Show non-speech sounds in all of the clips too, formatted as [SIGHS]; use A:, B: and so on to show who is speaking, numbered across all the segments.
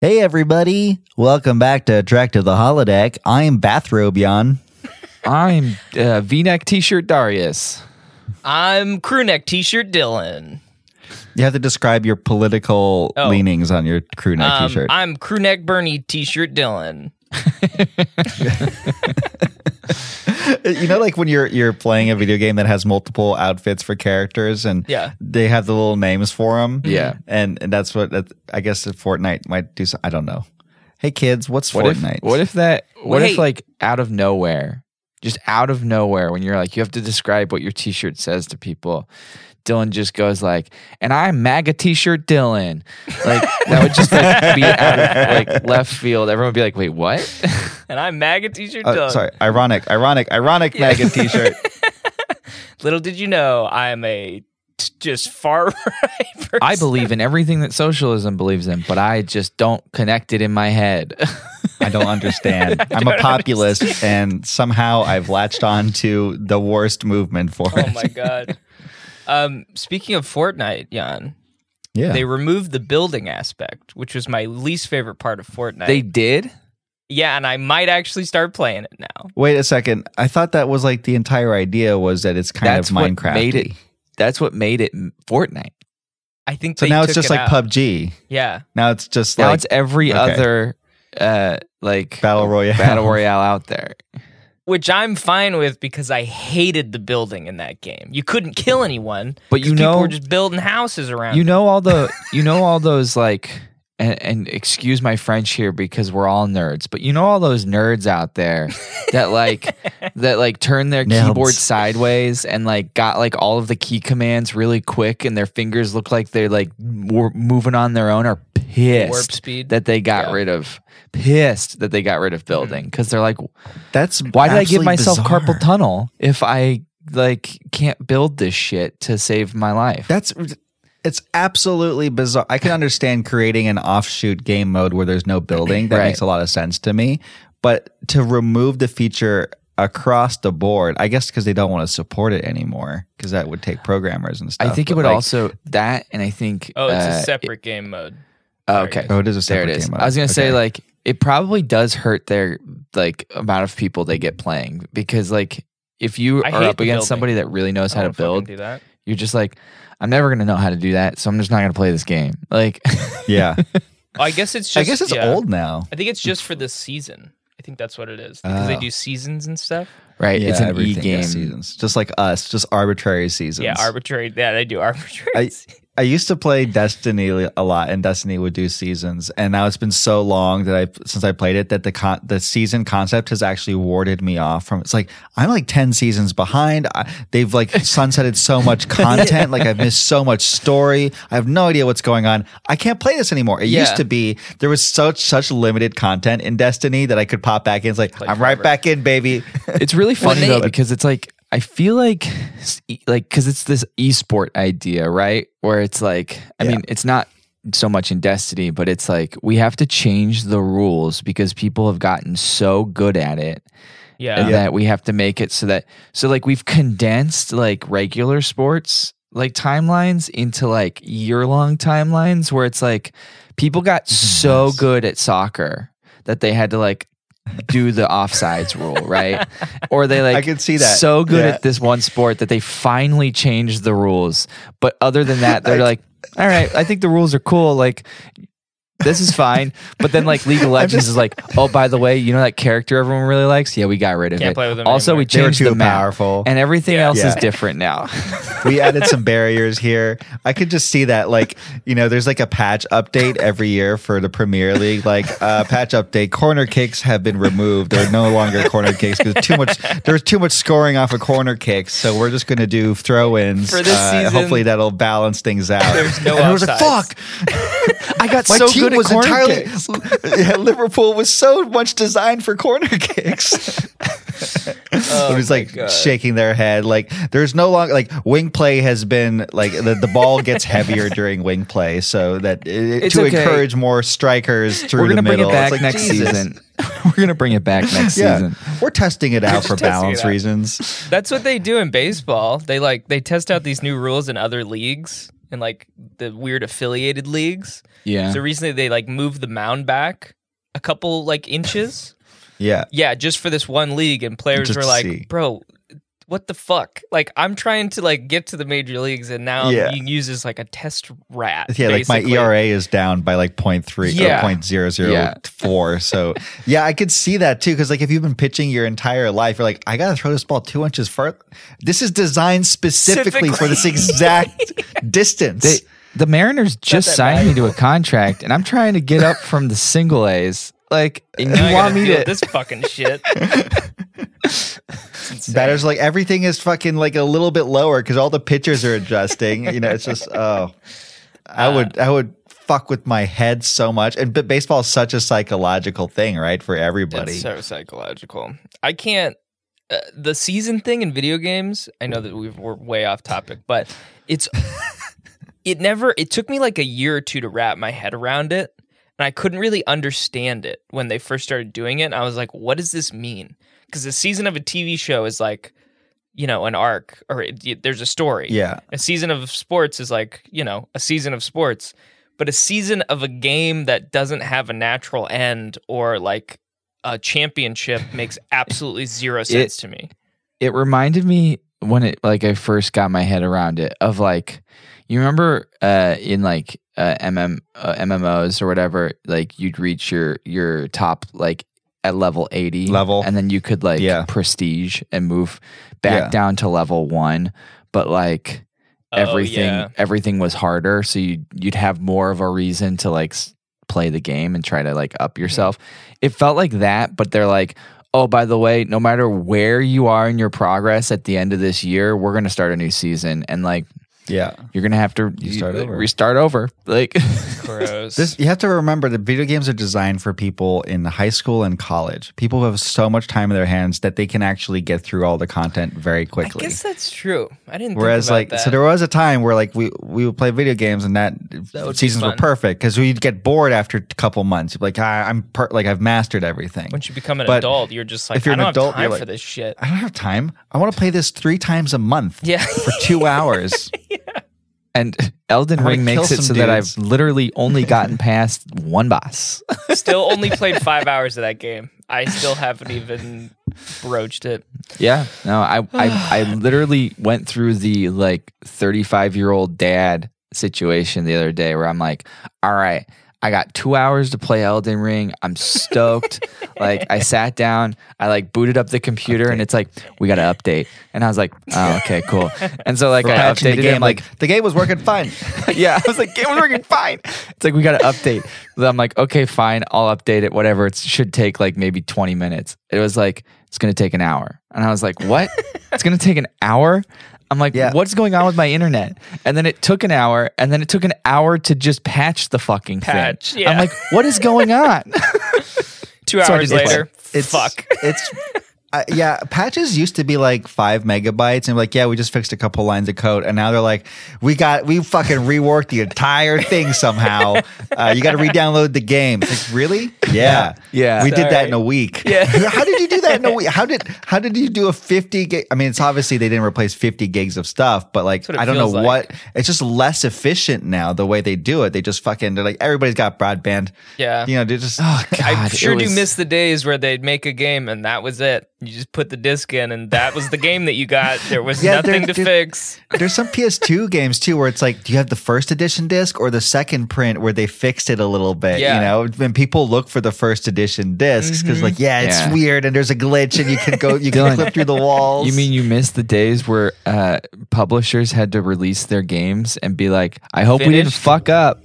A: Hey, everybody. Welcome back to Track to the Holodeck. I'm Bathrobe Yon.
B: I'm uh, V-neck T-shirt Darius.
C: I'm crew neck t-shirt Dylan.
A: You have to describe your political
C: Oh.
A: leanings on your crew neck
C: Um,
A: t shirt.
C: I'm crew neck Bernie t-shirt Dylan.
A: Uh, You know, like when you're you're playing a video game that has multiple outfits for characters, and
C: Yeah. Mm-hmm.
A: they have the little names for them.
B: Yeah.
A: and, and that's what that, I guess that Fortnite might do. So, I don't know. Hey kids, what's
B: What
A: Fortnite?
B: if? What if that? What
C: Wait.
B: if like out of nowhere, just out of nowhere, when you're like you have to describe what your T-shirt says to people, Dylan just goes like, "And I'm MAGA T-shirt Dylan." Like that would just like be out of like left field. Everyone would be like, "Wait, what?" [LAUGHS]
C: And I'm MAGA t-shirt
A: Uh,
C: Dylan.
A: sorry, ironic, ironic, ironic MAGA
C: [LAUGHS]
A: T-shirt.
C: Little did you know I'm a t- just far [LAUGHS] right person.
B: I believe in everything that socialism believes in, but I just don't connect it in my head. [LAUGHS]
A: I don't
C: [LAUGHS]
A: understand. I'm a populist, and somehow I've latched on to the worst movement for
C: Oh
A: it.
C: my god. Um, speaking of Fortnite, Jan,
A: yeah,
C: they removed the building aspect, which was my least favorite part of Fortnite.
B: they did.
C: yeah, and I might actually start playing it now.
A: Wait a second. I thought that was like the entire idea was that it's kind
B: That's
A: of
B: what
A: Minecraft.
B: made it. That's what made it Fortnite.
C: I think
A: So
C: they
A: now it's
C: took
A: just
C: it
A: like
C: out.
A: PUBG.
C: Yeah,
A: Now it's just
B: now
A: like
B: it's every
A: okay.
B: other uh like
A: battle royale.
B: battle royale out there.
C: which I'm fine with because I hated the building in that game. You couldn't kill anyone,
B: But
C: 'cause
B: you know-
C: people were just building houses around.
B: You know all the you know all those like and, and excuse my French here because we're all nerds, but you know all those nerds out
C: [LAUGHS]
B: there that like that like turn their
A: Nerds.
B: keyboard sideways and like got like all of the key commands really quick and their fingers look like they're like wor- moving on their own are pissed
C: warp speed.
B: that they got
C: Yeah. Mm-hmm.
B: rid of pissed that they got rid of building because they're like
A: That's
B: Why did I
A: absolutely
B: give myself
A: bizarre.
B: carpal tunnel if I like can't build this shit to save my life?
A: That's it's absolutely bizarre. I can understand creating an offshoot game mode where there's no building. That
B: Right.
A: makes a lot of sense to me. But to remove the feature across the board, I guess because they don't want to support it anymore, because that would take programmers and stuff.
B: I think it
A: But,
B: would
A: like-
B: also that, and I think
C: oh, it's
B: uh,
C: a separate game mode.
B: oh, okay,
A: Oh, it is a
B: there
A: separate
B: it is.
A: game mode.
B: I was gonna say
A: Okay.
B: like it probably does hurt their like amount of people they get playing because like if you
C: I
B: are
C: hate
B: up
C: the
B: against
C: building.
B: somebody that really knows
C: I
B: how to
C: don't fucking
B: build,
C: Do
B: [SIGHS]
C: that.
B: you're just like I'm never gonna know how to do that, so I'm just not gonna play this game. Like [LAUGHS]
A: yeah,
C: Oh, I guess it's just.
A: I guess it's
C: yeah.
A: old now.
C: I think it's just for this season. I think that's what it is because they
B: Ah.
A: Oh.
C: do seasons and stuff.
B: right,
A: Yeah,
B: it's an e
A: everything has
B: game.
A: seasons, just like us, just arbitrary seasons.
C: Yeah, arbitrary. Yeah, they do [LAUGHS] arbitrary.
A: I- I used to play Destiny a lot, and Destiny would do seasons. And now it's been so long that I since I played it that the con- the season concept has actually warded me off from. It's like I'm like ten seasons behind. I, they've
B: [LAUGHS]
A: like sunsetted so much content. like I've missed so much story. I have no idea what's going on. I can't play this anymore. It used
B: Yeah.
A: to be there was such such limited content in Destiny that I could pop back in. It's like, I'm right
C: forever.
A: back in, baby.
B: [LAUGHS] It's really funny
C: they-
B: though because it's like I feel like s- e- like because it's this esport idea, right? Where it's like I
A: Yeah.
B: mean, it's not so much in Destiny, but it's like we have to change the rules because people have gotten so good at it
C: yeah.
A: Yeah.
B: that we have to make it so that so like we've condensed like regular sports like timelines into like year long timelines where it's like people got so
A: mess.
B: good at soccer that they had to like do the offsides rule,
A: [LAUGHS]
B: right? Or they like
A: I can see that.
B: so good
A: Yeah.
B: at this one sport that they finally changed the rules. But other than that, they're
A: I-
B: like, all right, I think the rules are cool. Like this is fine. But then
A: [LAUGHS]
B: like League of Legends is like, oh, by the way, you know that character everyone really likes? Yeah, we got rid of
C: Can't
B: it.
C: play with them
B: also, we
C: anymore.
A: They were
B: changed
A: too
B: the map,
A: powerful.
B: and everything else is
A: Yeah. [LAUGHS]
B: different now. [LAUGHS]
A: we added some barriers here. I could just see that, like, you know, there's like a patch update every year for the Premier League. Like, uh, patch update, corner kicks have been removed. They're no longer corner kicks because too much there was too much scoring off of corner kicks. So we're just going to do throw-ins. Uh,
C: For this season,
A: hopefully that'll balance things out.
C: there's no
A: and I was like,
C: offsides.
A: fuck,
B: I got
A: my
B: so
A: team
B: good at
A: was
B: corner
A: entirely
B: kicks.
A: [LAUGHS] yeah, Liverpool was so much designed for corner kicks. Everybody's like
C: Oh God.
A: shaking their head. Like there's no longer like wing play has been like the, the ball gets heavier during wing play, so that it,
B: It's
A: to
B: okay.
A: encourage more strikers through
B: We're
A: the
B: gonna bring
A: middle.
B: it back
A: It's like,
B: next
A: Jesus.
B: season. [LAUGHS] We're gonna bring it back
A: [LAUGHS]
B: next
A: Yeah,
B: season.
A: we're testing it
B: [LAUGHS]
A: out for
C: testing it
A: balance
C: out.
A: reasons.
C: That's what they do in baseball. They like they test out these new rules in other leagues, in like the weird affiliated leagues.
B: Yeah.
C: So recently they like moved the mound back a couple like inches.
A: Yeah.
C: yeah, just for this one league, and players
A: Just
C: were
A: to
C: like,
A: see.
C: "Bro, what the fuck? Like, I'm trying to like get to the major leagues, and now
A: Yeah.
C: I'm being used as like a test rat."
A: Yeah, like my E
C: basically.
A: ERA is down by like 0.3
B: Yeah.
A: or 0.004. So, yeah, I could see that too. Cause like if you've been pitching your entire life, you're like, I got to throw this ball two inches further. This is designed specifically for this exact
B: [LAUGHS]
A: distance.
B: They, the Mariners just
C: that
B: signed me to a contract, and I'm trying to get up from the single A's. Like, and
C: Now
B: you
C: I
B: want
C: gotta
B: me
C: deal
B: to?
C: with this fucking shit?
A: Batters like everything is fucking like a little bit lower because all the pitchers are adjusting. you know, it's just oh, I
C: Uh,
A: would I would fuck with my head so much. And but baseball is such a psychological thing, right, for everybody.
C: It's so psychological. I can't. Uh, the season thing in video games. I know that we've, we're way off topic, but it's. it never. It took me like a year or two to wrap my head around it, and I couldn't really understand it when they first started doing it. I was like, "What does this mean?" Because the season of a TV show is like, you know, an arc or it, y- there's a story.
A: yeah,
C: A season of sports is like, you know, a season of sports, but a season of a game that doesn't have a natural end or like
A: [LAUGHS]
C: a championship makes absolutely zero sense to me.
B: It reminded me when it like I first got my head around it of like, you remember uh in like uh, MM uh, MMOs or whatever, like you'd reach your your top like at level 80
A: Level.
B: and then you could like
A: Yeah.
B: prestige and move back
A: Yeah.
B: down to level 1 but like everything
C: Oh, yeah.
B: everything was harder so you you'd have more of a reason to like s- play the game and try to like up
C: Hmm.
B: yourself it felt like that but they're like oh by the way no matter where you are in your progress at the end of this year we're going to start a new season and like
A: yeah.
B: you're going to have to
A: You start
B: you-
A: over.
B: restart over like [LAUGHS]
A: [LAUGHS]
C: Gross.
A: This you have to remember that video games are designed for people in high school and college. People who have so much time in their hands that they can actually get through all the content very
C: I
A: quickly.
C: guess that's true. I didn't.
A: Whereas,
C: think about
A: like,
C: that.
A: so there was a time where, like, we we would play video games, and that,
C: would be
A: seasons were
C: fun.
A: perfect because we'd get bored after a couple months. You'd be Like, ah, I'm per- like, I've mastered everything.
C: once you become an
A: but
C: adult, you're just like,
A: if you're
C: I
A: an
C: don't
A: adult,
C: have time
A: you're
C: for
A: like-
C: this
A: [LAUGHS]
C: shit. [LAUGHS]
A: I don't have time. I want to play this three times a month
C: Yeah.
A: for two hours.
C: [LAUGHS]
B: and Elden
A: I'm gonna
B: Ring
A: kill
B: makes it
A: some
B: so that I've
A: dudes.
B: literally
A: [LAUGHS]
B: only gotten past one boss
C: still only played five hours of that game. I still haven't even broached it.
B: Yeah. No, I, I
A: [SIGHS]
B: I literally went through the like 35 year old dad situation the other day where I'm like, all right, I got two hours to play Elden Ring.
A: [LAUGHS]
B: I'm stoked. like I sat down, I like booted up the computer and it's like, we got to update. And I was like, oh, okay, cool. And so like
A: We're
B: I
A: patching
B: updated
A: the
B: him
A: game.
B: like,
A: Like, the game was working fine.
B: [LAUGHS] yeah, I was like, it was working fine. It's like we got to update. So I'm like, okay, fine, I'll update it. Whatever. It should take like maybe 20 minutes. It was like it's gonna take an hour, and I was like, what? it's gonna take an hour. I'm like,
A: Yeah.
B: what's going on with my internet? And then it took an hour, and then it took an hour to just patch the fucking
C: Patch,
B: thing.
C: yeah.
B: I'm like, what is going
C: [LAUGHS]
B: on?
C: Two
B: So I
C: hours
B: just play.
C: later, fuck. [LAUGHS]
A: It's uh, yeah. Patches used to be like five megabytes, and like yeah, we just fixed a couple lines of code, and now they're like, we got we fucking reworked the entire thing
C: [LAUGHS]
A: somehow. Uh, you got to re-download the game. It's like really? Yeah,
B: Yeah.
A: We did that
C: Sorry.
A: in a week. Yeah. [LAUGHS] how did you do that in
C: [LAUGHS]
A: a week? How did how did you do a fifty gig? I mean, it's obviously they didn't replace fifty gigs of stuff, but like
C: what it
A: I don't know
C: feels like.
A: what. It's just less efficient now the way they do it. They just fucking they're like everybody's got broadband.
C: Yeah.
A: You know, they just
B: Oh,
C: I
B: it
C: sure
B: was-
C: do miss the days where they'd make a game and that was it. You just put the disc in and that was the game that you got. There was
A: Yeah,
C: nothing to
A: there- there-
C: fix.
A: There's some PS2 games too where it's like, do you have the first edition disc or the second print where they fixed it a little bit?
C: Yeah.
A: You know, when people look for the first edition discs because, like, yeah, it's
B: Yeah.
A: weird and there's a glitch and you can go, you can
B: Dylan,
A: clip through the walls.
B: You mean you missed the days where uh, publishers had to release their games and be like, I hope we didn't
C: Finished?
B: fuck up.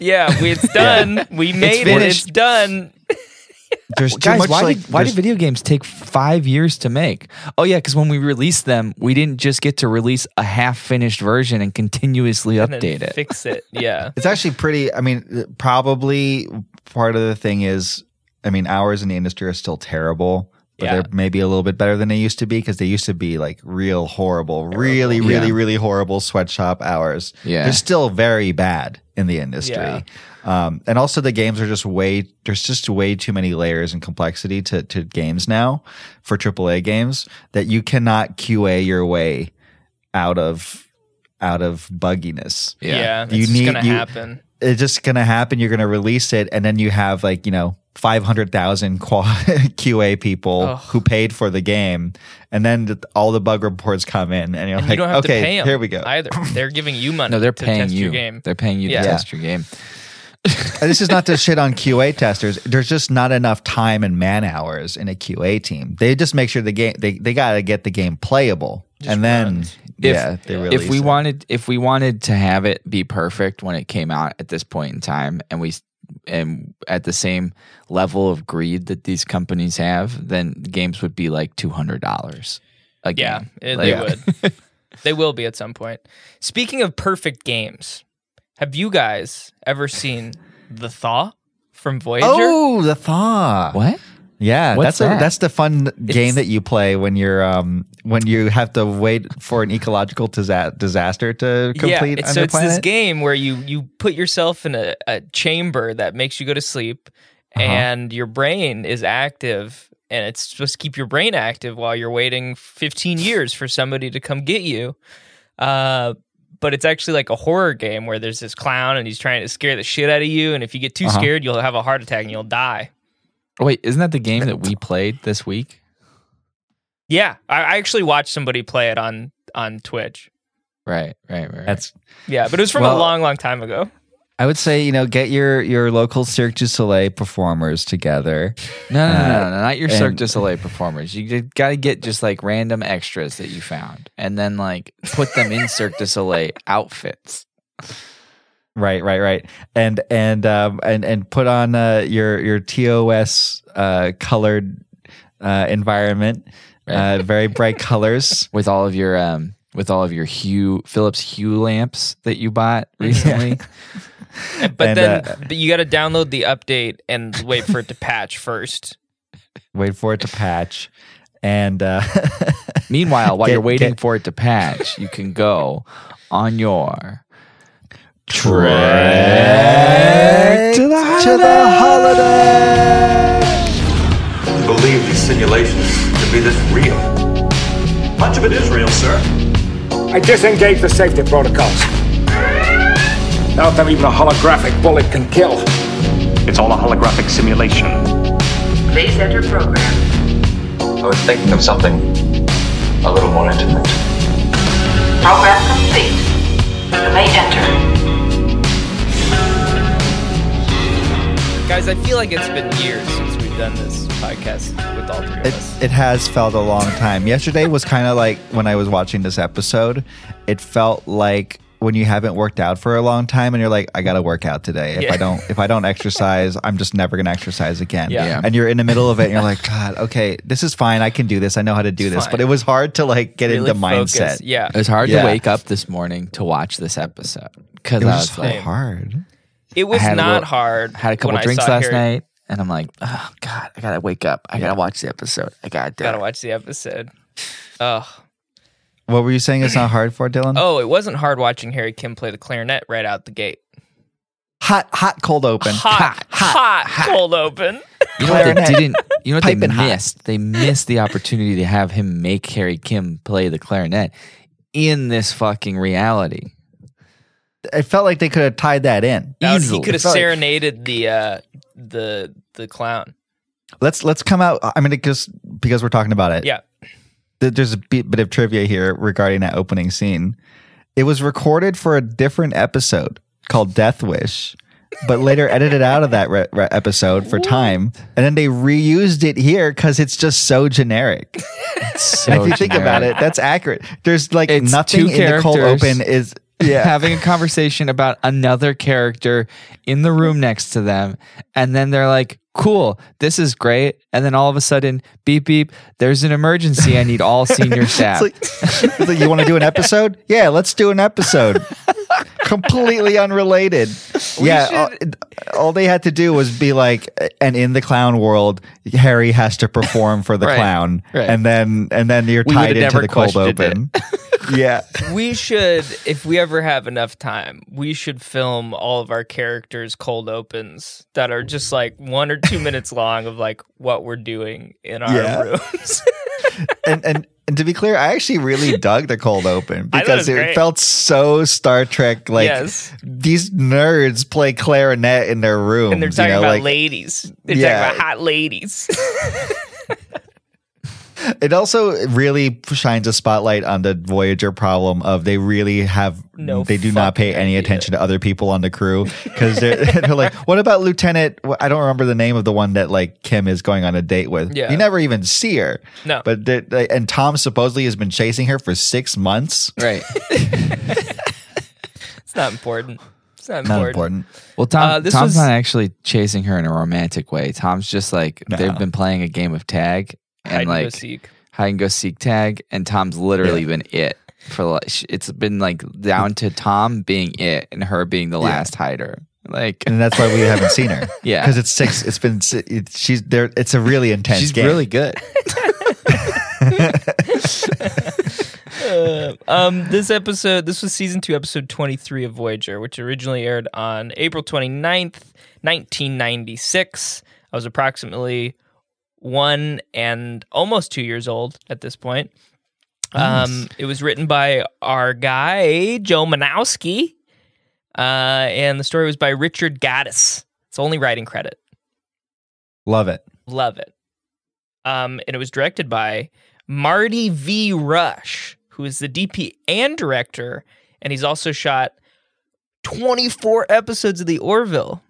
C: Yeah,
B: [LAUGHS]
C: we- it's done. We made it. It's
B: finished.
C: done.
A: there's too
B: Guys,
A: much
B: why,
A: like
B: did, why
A: there's-
B: did video games take five years to make? Oh yeah, because when we released them, we didn't just get to release a half-finished version and continuously
C: And
B: update it. [LAUGHS]
C: Fix it. Yeah.
A: It's actually pretty. I mean, probably part of the thing is, I mean, hours in the industry are still terrible, but
C: Yeah.
A: they're maybe a little bit better than they used to be because they used to be like real horrible, really, really,
B: Yeah.
A: really horrible sweatshop hours.
B: Yeah.
A: they're still very bad in the industry.
C: Yeah.
A: Um, and also the games are just way there's just way too many layers and complexity to to games now for AAA games that you cannot QA your way out of out of bugginess.
C: Yeah,
A: You
C: it's just
A: need-
C: gonna
A: you-
C: happen.
A: It's just gonna happen. You're gonna release it, and then you have like you know five hundred thousand [LAUGHS] QA people
C: Ugh.
A: who paid for the game, and then th- all the bug reports come in, and you're
C: And
A: like,
C: you don't have
A: okay,
C: to pay 'em
A: here we go.
C: either. They're giving you money.
B: No, they're
C: to
B: paying
C: test
B: you.
C: Your game.
B: They're paying you
C: Yeah.
B: to test your game.
A: And this is not to shit on QA testers. There's just not enough time and man hours in a QA team. They just make sure the game they, they gotta get the game playable.
C: Just
A: and then
C: runs.
B: If-
A: yeah, they
C: if
A: release
B: if we
A: it.
B: wanted if we wanted to have it be perfect when it came out at this point in time and we and at the same level of greed that these companies have then games would be like $200 a game.
C: Yeah, it-
B: Like-
C: they
A: [LAUGHS]
C: would. they will be at some point. Speaking of perfect games, have you guys ever seen The Thaw from Voyager?
A: Oh, the thaw.
B: what
A: Yeah,
B: What's
A: that's a
B: that?
A: that's the fun game that you play when you're um when you have to wait for an ecological disa- disaster to complete
C: yeah, it's-
A: on
C: so
A: your
C: it's
A: planet.
C: this game where you you put yourself in a, a chamber that makes you go to sleep,
A: Uh-huh.
C: and your brain is active, and it's supposed to keep your brain active while you're
A: [SIGHS]
C: waiting 15 years for somebody to come get you. Uh, but it's actually like a horror game where there's this clown and he's trying to scare the shit out of you, and if you get too
B: Uh-huh.
C: scared, you'll have a heart attack and you'll die.
B: Oh, wait isn't that the game that we played this week
C: Yeah, I, I actually watched somebody play it on on Twitch.
B: right right right, right.
A: That's
C: Yeah, but it was from a
A: Well-
C: long, long time ago.
A: I would say you know get your your local Cirque du Soleil performers together.
B: no, no, no,
A: uh,
B: no, no, not your Cirque
A: and-
B: du Soleil performers. You got to get just like random extras that you found, and then like put them in Cirque du Soleil outfits.
A: Right, right, right, and and um, and and put on uh, your your TOS uh, colored uh, environment, uh, very bright colors.
B: with all of your um with all of your Hue Philips Hue lamps that
A: [LAUGHS]
B: you bought recently.
C: But
A: And,
C: then
A: uh,
C: but you got to download the update and wait for it to patch first.
A: Wait for it to patch, and uh, [LAUGHS]
B: Meanwhile, while
A: Get-
B: you're waiting
A: get-
B: for it to patch, you can go on your
A: Trek to the holiday.
D: believe these simulations to be this real. Much of it is real, sir.
E: I disengage the safety protocols. Not that even a holographic bullet can kill.
F: It's all a holographic simulation.
G: Please enter program.
D: I was thinking of something a little more intimate.
G: Program complete. You may enter.
C: Guys, I feel like it's been years since we've done this podcast with all three of us.
A: It, it has felt a long time. Yesterday was kind of like when I was watching this episode, it felt like when you haven't worked out for a long time and you're like I got to work out today. If
C: Yeah.
A: I don't if I don't exercise, I'm just never going to exercise again.
C: Yeah. Yeah.
A: And you're in the middle of it and you're like god, okay, this is fine. I can do this. I know how to do
C: It's
A: this.
C: fine.
A: But it was hard to like get
C: Really
A: into
C: focus.
A: mindset.
C: Yeah.
B: It was hard
A: Yeah.
B: to wake up this morning to watch this episode because
A: It
B: I
A: was just
B: was
A: so
B: like,
A: hard.
C: It was
B: I had a
C: not
B: little-
C: hard.
B: had a couple
C: when I
B: drinks
C: saw
B: last
C: Harry-
B: night, and I'm like, oh god, I gotta wake up. I gotta watch the episode. I gotta do
C: Gotta
B: it.
C: watch the episode. Oh,
A: What were you saying it's not hard for, Dylan?
C: oh, it wasn't hard watching Harry Kim play the clarinet right out the gate.
A: Hot hot cold open.
C: Hot, hot, hot, cold open. [LAUGHS]
B: You
A: [LAUGHS]
B: know what they
A: Clarinet.
B: didn't? You know what they
A: Piping hot.
B: missed? They missed the opportunity to have him make Harry Kim play the clarinet in this fucking reality.
A: It felt like they could have tied that in.
C: That was-
B: Easily.
C: He could have
A: It's not like-
C: serenaded the uh, the the clown.
A: Let's let's come out. I'm gonna just because we're talking about it.
C: Yeah.
A: th- there's a bit, bit of trivia here regarding that opening scene. It was recorded for a different episode called Death Wish, but later edited out of that re- re- episode for time, and then they reused it here because it's just so generic.
B: So
A: And if you think
B: generic.
A: about it, that's accurate. There's like
B: It's
A: nothing
B: two
A: in the cold
B: characters.
A: open is
B: [LAUGHS]
A: yeah.
B: having a conversation about another character in the room next to them. And then they're like, cool, this is great. And then all of a sudden, beep, beep, there's an emergency. I need all
A: [LAUGHS]
B: senior staff.
A: It's like, it's like, [LAUGHS] you want to do an episode? Yeah, let's do an episode. Completely unrelated. yeah, all, all they had to do was be like, and in the clown world, Harry has to perform for the
B: Right,
A: clown,
B: right.
A: and then and then you're
B: We
A: tied
B: would've
A: into
B: never
A: the cold
B: questioned it.
A: open. [LAUGHS] yeah,
C: we should, if we ever have enough time, we should film all of our characters' cold opens that are just like one or two minutes long of like what we're doing in our
A: Yeah.
C: rooms. [LAUGHS]
A: and and And to be clear, I actually really dug the cold open
C: I
A: because
C: thought it was
A: it
C: great.
A: felt so Star Trek. Like
C: Yes.
A: these nerds play clarinet in their room,
C: and they're talking
A: you know,
C: about
A: like,
C: ladies. They're
A: Yeah.
C: talking about hot ladies. [LAUGHS]
A: It also really shines a spotlight on the Voyager problem of they really have
C: No
A: they do not pay
C: fucking
A: any
C: idea.
A: attention to other people on the crew because they're, [LAUGHS] they're like, what about Lieutenant? well, I don't remember the name of the one that like Kim is going on a date with.
C: Yeah.
A: you never even see her.
C: No.
A: but they're- they, and Tom supposedly has been chasing her for six months.
B: Right.
C: it's not important. It's not important.
A: Not important.
B: Well, Tom,
C: Uh, this
B: Tom's
C: was-
B: not actually chasing her in a romantic way. Tom's just like
A: No.
B: they've been playing a game of tag
C: Hide
B: and
C: and go
B: like
C: seek.
B: hide and go seek tag, and Tom's literally
A: Yeah.
B: been it for like sh- it's been like down to Tom being it and her being the last hider. Like
A: And that's why we haven't seen
C: [LAUGHS]
A: her.
B: Yeah.
A: because it's six. It's been si- it, she's there. It's a really intense.
B: she's
A: game.
B: really good.
A: [LAUGHS]
C: Um, this episode, this was season two, episode 23 of Voyager, which originally aired on April 29th, 1996. I was approximately one and almost two years old at this point. Um, it was written by our guy, Joe Manowski, uh, and the story was by Richard Gaddis. It's only writing credit.
A: love it.
C: Love it. Um, and it was directed by Marty V. Rush, who is the DP and director, and he's also shot 24 episodes of The Orville.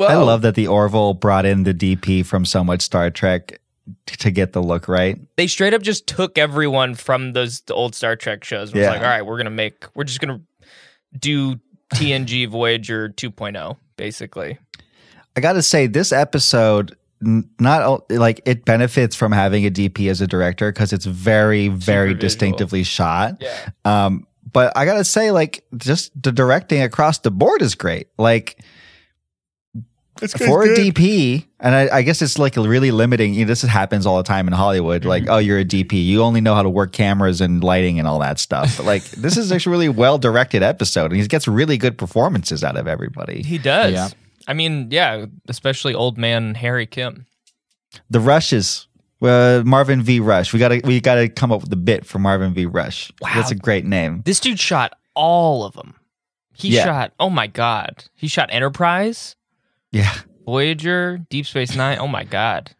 A: I love that the Orville brought in the DP from so much Star Trek t- to get the look right.
C: They straight up just took everyone from those old Star Trek shows and was
A: Yeah.
C: like, all right, we're going to make, we're just going to do
A: [LAUGHS]
C: TNG Voyager 2.0, basically.
A: I got to say, this episode n- not o- like it benefits from having a DP as a director because it's very, very
C: visual.
A: distinctively shot.
C: Yeah.
A: Um, but I gotta say, like, just the directing across the board is great. Like, for a DP, and I, I guess it's like really limiting. You know, this happens all the time in Hollywood. Like, oh, you're a DP, you only know how to work cameras and lighting and all that stuff. But like, [LAUGHS] this is actually a really well directed episode, and he gets really good performances out of everybody.
C: He does.
B: Yeah.
C: I mean, yeah, especially old man Harry Kim.
A: The Rushes, uh, Marvin V. Rush. We gotta we gotta come up with a bit for Marvin V. Rush.
C: Wow.
A: that's a great name.
C: This dude shot all of them. He
A: Yeah.
C: shot, oh my God. He shot Enterprise,
A: Yeah,
C: Voyager, Deep Space Nine. Oh my God.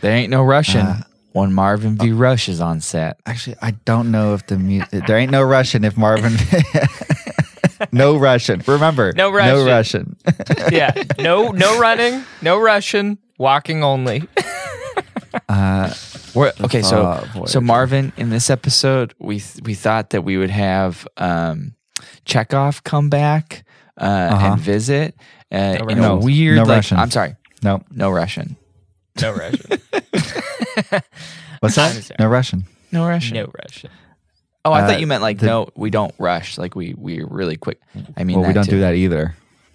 B: There ain't no Russian
A: Uh,
B: when Marvin V. Rush is on set.
A: actually, I don't know if the music. there ain't no Russian if Marvin. [LAUGHS] no Russian. Remember,
C: No
A: No
C: Russian.
A: Russian.
C: Yeah. No, [LAUGHS] no running, no Russian, walking only.
B: We're, okay, so
A: thought
B: so Marvin, in this episode, we th- we thought that we would have um, Chekhov come back uh, and visit uh, in a
A: Russian.
B: weird.
A: Uh-huh. No
B: like,
A: Russian.
B: I'm sorry,
A: no,
B: no Russian,
C: [LAUGHS] No Russian.
A: what's that? No Russian.
B: no Russian.
C: No Russian.
B: Oh, I
A: Uh,
B: thought you meant like
A: the-
B: no, we don't rush. Like we we're really quick. I mean,
A: Well, we don't
B: too.
A: do that either.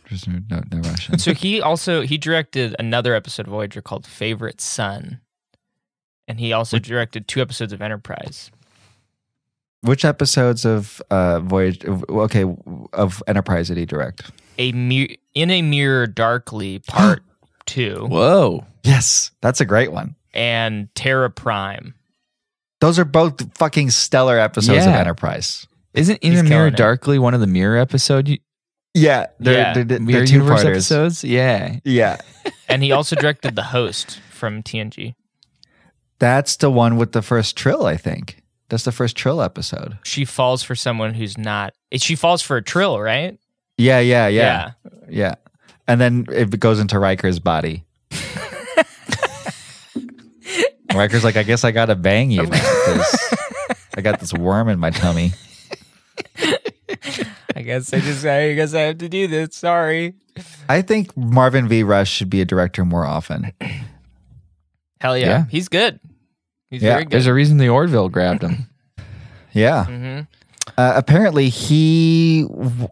A: There's no, no, no Russian.
C: So he also he directed another episode of Voyager called Favorite Son. And he also directed two episodes of Enterprise.
A: [LAUGHS] Which episodes of uh, Voyage? Okay, of Enterprise did he direct?
C: A mir- in a mirror darkly part 2
B: Whoa,
A: Yes, that's a great one.
C: and Terra Prime.
A: Those are both fucking stellar episodes of
B: Yeah.
A: Enterprise.
B: isn't in
C: He's
B: the mirror
C: killing it.
B: darkly one of the mirror episode you-
A: Yeah, they're,
C: Yeah.
A: they're, they're,
B: mirror
A: two
B: universe
A: parters.
B: episodes? Yeah,
A: Yeah,
C: And he also directed The Host from TNG.
A: that's the one with the first trill. I think that's the first trill episode.
C: She falls for someone who's not. eh, She falls for a Trill, right?
A: Yeah, yeah, yeah, yeah. And then it goes into Riker's body.
B: [LAUGHS]
A: Riker's like, I guess I gotta bang you. now, 'cause I got this worm in my tummy.
C: I guess I just. I guess I have to do this. Sorry.
A: I think Marvin V. Rush should be a director more often.
C: Hell yeah,
B: Yeah.
C: he's good. He's
A: Yeah.
C: very good.
B: there's a reason the Orville grabbed him.
A: Yeah.
B: Mm-hmm.
A: Uh, apparently, he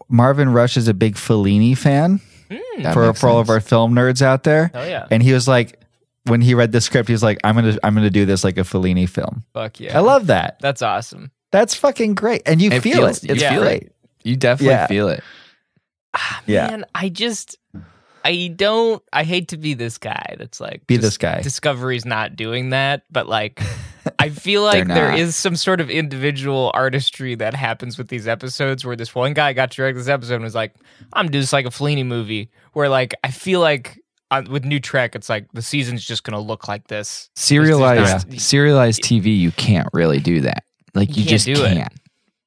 A: Marvin Rush is a big Fellini fan
B: Hmm. That
A: for
B: makes
A: for all of
B: sense.
A: our film nerds out there.
C: Hell yeah.
A: And he was like, when he read the script, he was like, I'm gonna I'm gonna do this like a Fellini film.
C: Fuck yeah.
A: I love that.
C: That's awesome.
A: That's fucking great. And you
B: It
A: feel
B: feels-
A: it. It's
B: you feel
A: great.
B: You definitely
A: Yeah.
B: feel it.
A: Yeah.
C: Man, I just. I don't. I hate to be this guy that's like
A: Be
C: just-
A: this guy.
C: Discovery's not doing that, but like, I feel like
B: They're
C: there
B: not.
C: is some sort of individual artistry that happens with these episodes where this one guy got to direct this episode and was like, I'm doing this like a Fellini movie. Where like I feel like on, with new Trek, it's like the season's just gonna look like this.
B: serialized
C: It's just
B: serialized TV, you can't really do that. Like you,
C: can't
B: just
C: do it.
B: can't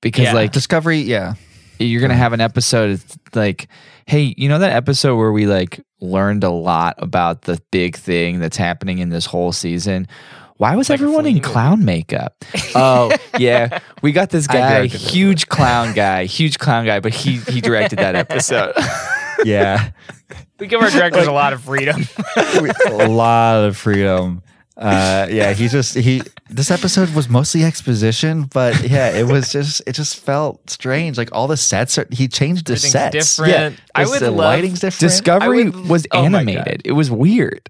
B: because
C: Yeah.
B: like
A: Discovery, yeah.
B: you're gonna have an episode it's like, hey, you know that episode where we like learned a lot about the big thing that's happening in this whole season. Why was everyone in clown
C: [LAUGHS]
B: makeup? Oh yeah, we got this guy,
A: directed it.
B: huge clown guy, huge clown guy, but he he directed
C: [LAUGHS]
B: that episode.
A: Yeah.
C: We give our directors a lot of freedom.
A: a lot of freedom. Uh, yeah, he just he. This episode was mostly exposition, but yeah, it was just it just felt strange. Like all the sets are he changed the
C: Everything's
A: sets.
C: different.
A: Yeah,
C: I
A: It's-
C: would
A: the
C: love-
A: lighting's different.
B: Discovery
C: would-
B: was
C: oh my God.
B: animated. it was weird.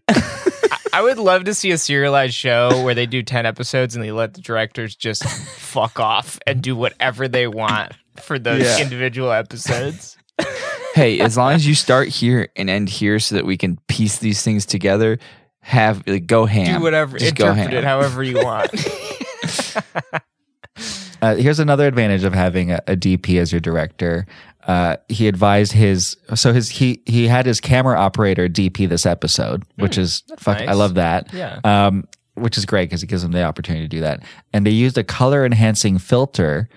C: I would love to see a serialized show where they do 10 episodes and they let the directors [LAUGHS] just fuck off and do whatever they want for those
A: Yeah.
C: individual episodes.
B: hey, as long as you start here and end here, so that we can piece these things together, have like, go ham.
C: [LAUGHS] Do whatever,
B: Just go
C: interpret
B: ham.
C: it however you [LAUGHS] want.
A: Uh, here's another advantage of having a, a DP as your director. Uh, he advised his so his he he had his camera operator DP this episode, which is fuck. I
C: Hmm, nice.
A: love that.
C: Yeah.
A: Um, which is great because it gives them the opportunity to do that. And they used a color enhancing filter,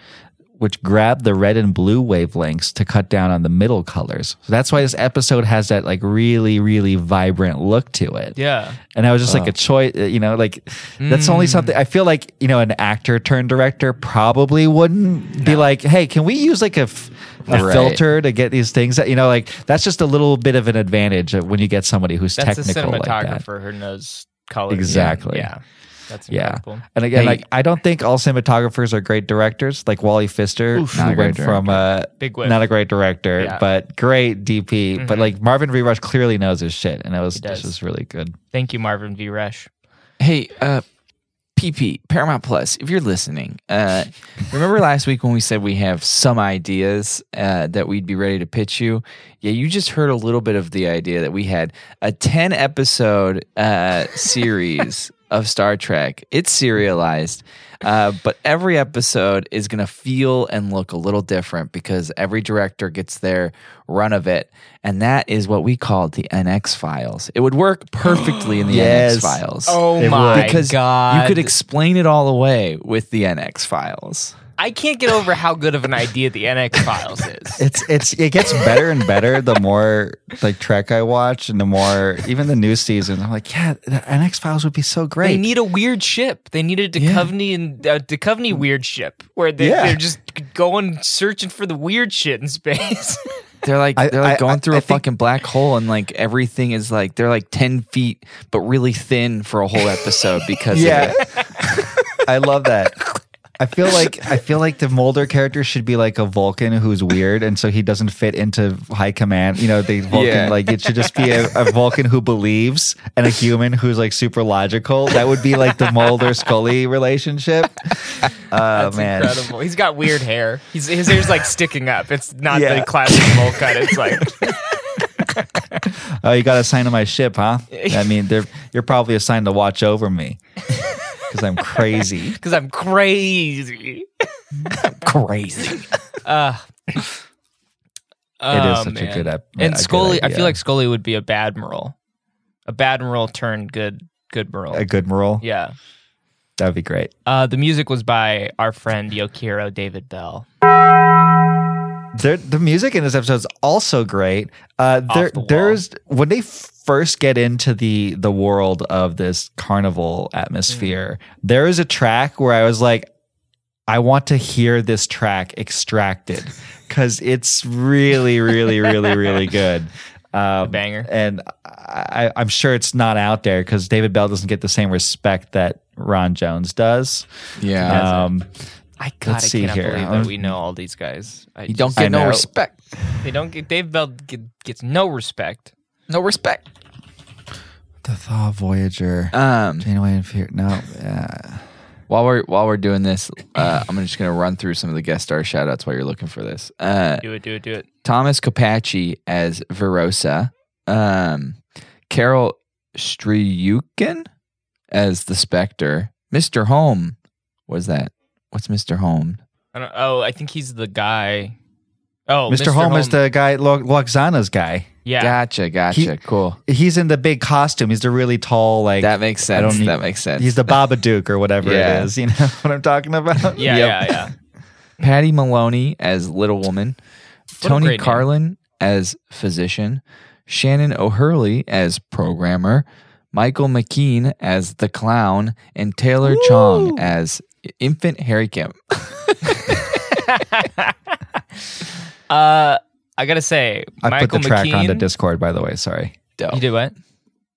A: which grabbed the red and blue wavelengths to cut down on the middle colors. So that's why this episode has that like really really vibrant look to it.
C: yeah.
A: And that was just like
C: Oh.
A: a choice, uh, you know, like that's only
C: Hmm.
A: something I feel like, you know, an actor turned director probably wouldn't be like, hey, can we use like a, f- a
B: Right.
A: filter to get these things that, you know, like that's just a little bit of an advantage of when you get somebody who's
C: That's a
A: technical. like that.
C: cinematographer who knows colors.
A: Exactly.
C: Yeah. That's
A: Yeah.
C: incredible.
A: And again,
B: Hey.
A: like I don't think all cinematographers are great directors. Like Wally Pfister
B: Not a
A: who
B: great
A: went from a
C: Big whip.
A: not a great director,
C: Yeah. Mm-hmm.
A: but great DP. But like Marvin Rerush clearly knows his shit. And it was
C: does.
A: this was really good.
C: Thank you, Marvin V. Resch.
B: Hey, uh, PP Paramount Plus, if you're listening, uh, remember last week when we said we have some ideas uh, that we'd be ready to pitch you? Yeah, you just heard a little bit of the idea that we had a ten episode uh, series of Star Trek. It's serialized. Uh, but every episode is going to feel and look a little different because every director gets their run of it. And that is what we called the NX Files. It would work perfectly in the NX
A: Yes.
B: Files
C: Oh
A: They
C: my
A: would.
B: because
C: God.
B: you could explain it all away with the NX files.
C: I can't get over how good of an idea the NX Files
A: [LAUGHS]
C: is.
A: It's it's it gets better and better the more like Trek I watch and the more even the new season. I'm like, yeah, the NX Files would be so
C: They
A: great.
C: need a weird ship. They need a Duchovny and a Duchovny weird ship where they,
A: Mm. Yeah.
C: they're just going searching for the weird shit in space. [LAUGHS]
B: They're like
A: I-
B: they're like
A: I-
B: going
A: I-
B: through a
A: I think-
B: fucking black hole and like everything is like they're like ten feet but really thin for a whole episode because
A: yeah,
B: of it.
A: [LAUGHS] I love that. I feel like I feel like the Mulder character should be like a Vulcan who's weird, and so he doesn't fit into high command. You know, the Vulcan
B: Yeah.
A: like it should just be a, a Vulcan who believes and a human who's like super logical. That would be like the Mulder Scully relationship. Oh man,
C: Incredible. He's got weird hair. He's, his hair's like sticking up. It's not
A: Yeah.
C: the classic bowl cut. It's like
A: Oh, you got assigned to my ship, huh?
C: [LAUGHS]
A: I mean, they're, you're probably assigned to watch over me because I'm crazy.
C: because
A: [LAUGHS]
C: I'm crazy. Ah.
B: crazy.
A: it
C: Oh,
A: is such a
C: man.
A: good ep- a
C: And
A: good
C: Scully, I
A: idea.
C: feel like Scully would be a bad Merle, a bad Merle turned good good Merle.
A: a good moral.
C: yeah.
A: That would be great.
C: Uh, the music was by our friend Yokiro David Bell.
A: There, the music in this episode is also great. Uh, there,
C: the wall.
A: there's when they first get into the the world of this carnival atmosphere.
C: Mm.
A: There is a track where I was like, I want to hear this track extracted because it's really, really, really, really
C: [LAUGHS]
A: good. Um,
C: banger.
A: and I, I'm sure it's not out there because David Bell doesn't get the same respect that Ron Jones does.
B: Yeah.
A: Um,
C: I God,
A: Let's
C: I
A: see
C: cannot
A: here.
C: believe
A: Um,
C: that we know all these guys. I
B: you don't
C: just-
B: get
A: I
B: no
A: know.
B: respect.
C: They don't get Dave Bell get, gets no respect.
B: No respect.
A: the Thaw Voyager.
B: Um
A: Janeway and Fear. No, yeah.
B: while we're while we're doing this, uh, I'm just gonna run through some of the guest star shout outs while you're looking for this. Uh
C: Do it, do it, do it.
B: Thomas Capaci as Verosa, um, Carol Striukin as the Spectre, Mr. Home was that. What's Mr. Home?
C: I don't, oh, I think he's the guy. Oh,
A: Mr. Home is the guy, Lo- Loxana's guy.
C: yeah.
B: Gotcha, gotcha.
A: He-
B: cool.
A: He's in the big costume. He's the really tall, like
B: That makes
A: I don't
B: sense.
A: need-
B: That makes sense.
A: He's the Babadook or whatever
B: Yeah.
A: it is. You know [LAUGHS] what I'm talking about?
C: Yeah,
B: Yep.
C: yeah, yeah.
B: Patty Maloney as Little Woman,
C: a
B: Tony
C: great name.
B: Carlin as Physician, Shannon O'Hurley as Programmer, Michael McKean as the Clown, and Taylor Chong as Infant
A: [LAUGHS]
B: Harry Kim.
C: Uh, I gotta say,
A: [LAUGHS] I
C: Michael
A: put the track
C: McKean.
A: on the Discord, by the way. Sorry.
C: You did what?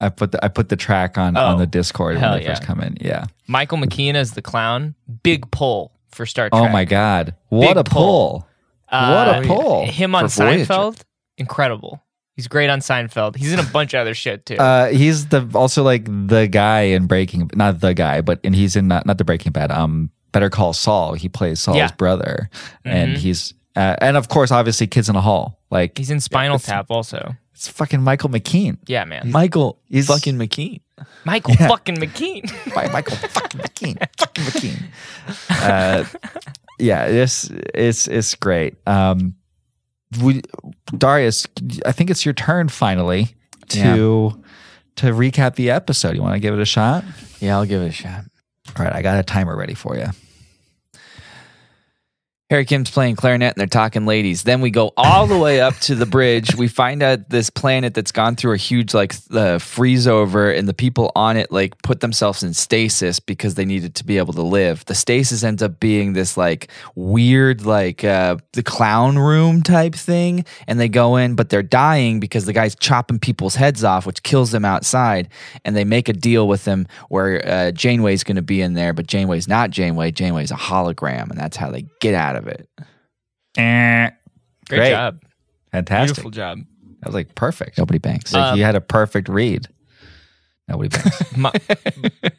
A: I put the I put the track on on
C: Oh,
A: the Discord when
C: hell
A: they first
C: yeah.
A: come in. Yeah.
C: Michael McKean as the clown. Big pull for Star Trek.
A: Oh my god. What
C: Big
A: a pull.
C: Uh,
A: what a pull.
C: Him on
B: For Voyager.
C: Seinfeld, incredible. He's great on Seinfeld. He's in a bunch of other shit too.
A: Uh, he's the also like the guy in Breaking not the guy, but and he's in not not the Breaking Bad. Um, Better Call Saul. He plays Saul's
C: Yeah. Mm-hmm.
A: brother, and he's uh, and of course, obviously, Kids in a Hall. Like
C: He's in Spinal
A: it's-
C: Tap also.
A: it's fucking Michael McKean.
C: Yeah, man.
B: Michael
A: He's- [LAUGHS]
B: fucking McKean.
C: Michael fucking McKean.
A: by Michael fucking
B: [LAUGHS]
A: McKean. Fucking McKean. Uh, yeah, this it's it's great. Um, we, Darius, I think it's your turn finally to to recap the episode. You want to give it a shot?
B: Yeah, I'll give it a shot.
A: All right, I got a timer ready for you.
B: Harry Kim's playing clarinet and they're talking ladies. Then we go all the way up to the bridge. We find out this planet that's gone through a huge like uh, freeze over, and the people on it like put themselves in stasis because they needed to be able to live. The stasis ends up being this like weird like uh, the clown room type thing, and they go in, but they're dying because the guy's chopping people's heads off, which kills them outside. And they make a deal with them where uh, Janeway's going to be in there, but Janeway's not Janeway. Janeway's a hologram, and that's how they get out of it.
A: Eh,
C: Great,
A: Great.
C: job.
A: Fantastic.
C: Beautiful Uh, job.
A: That was like perfect.
B: Nobody banks.
A: Like you had a perfect read. Nobody banks.
C: Mi-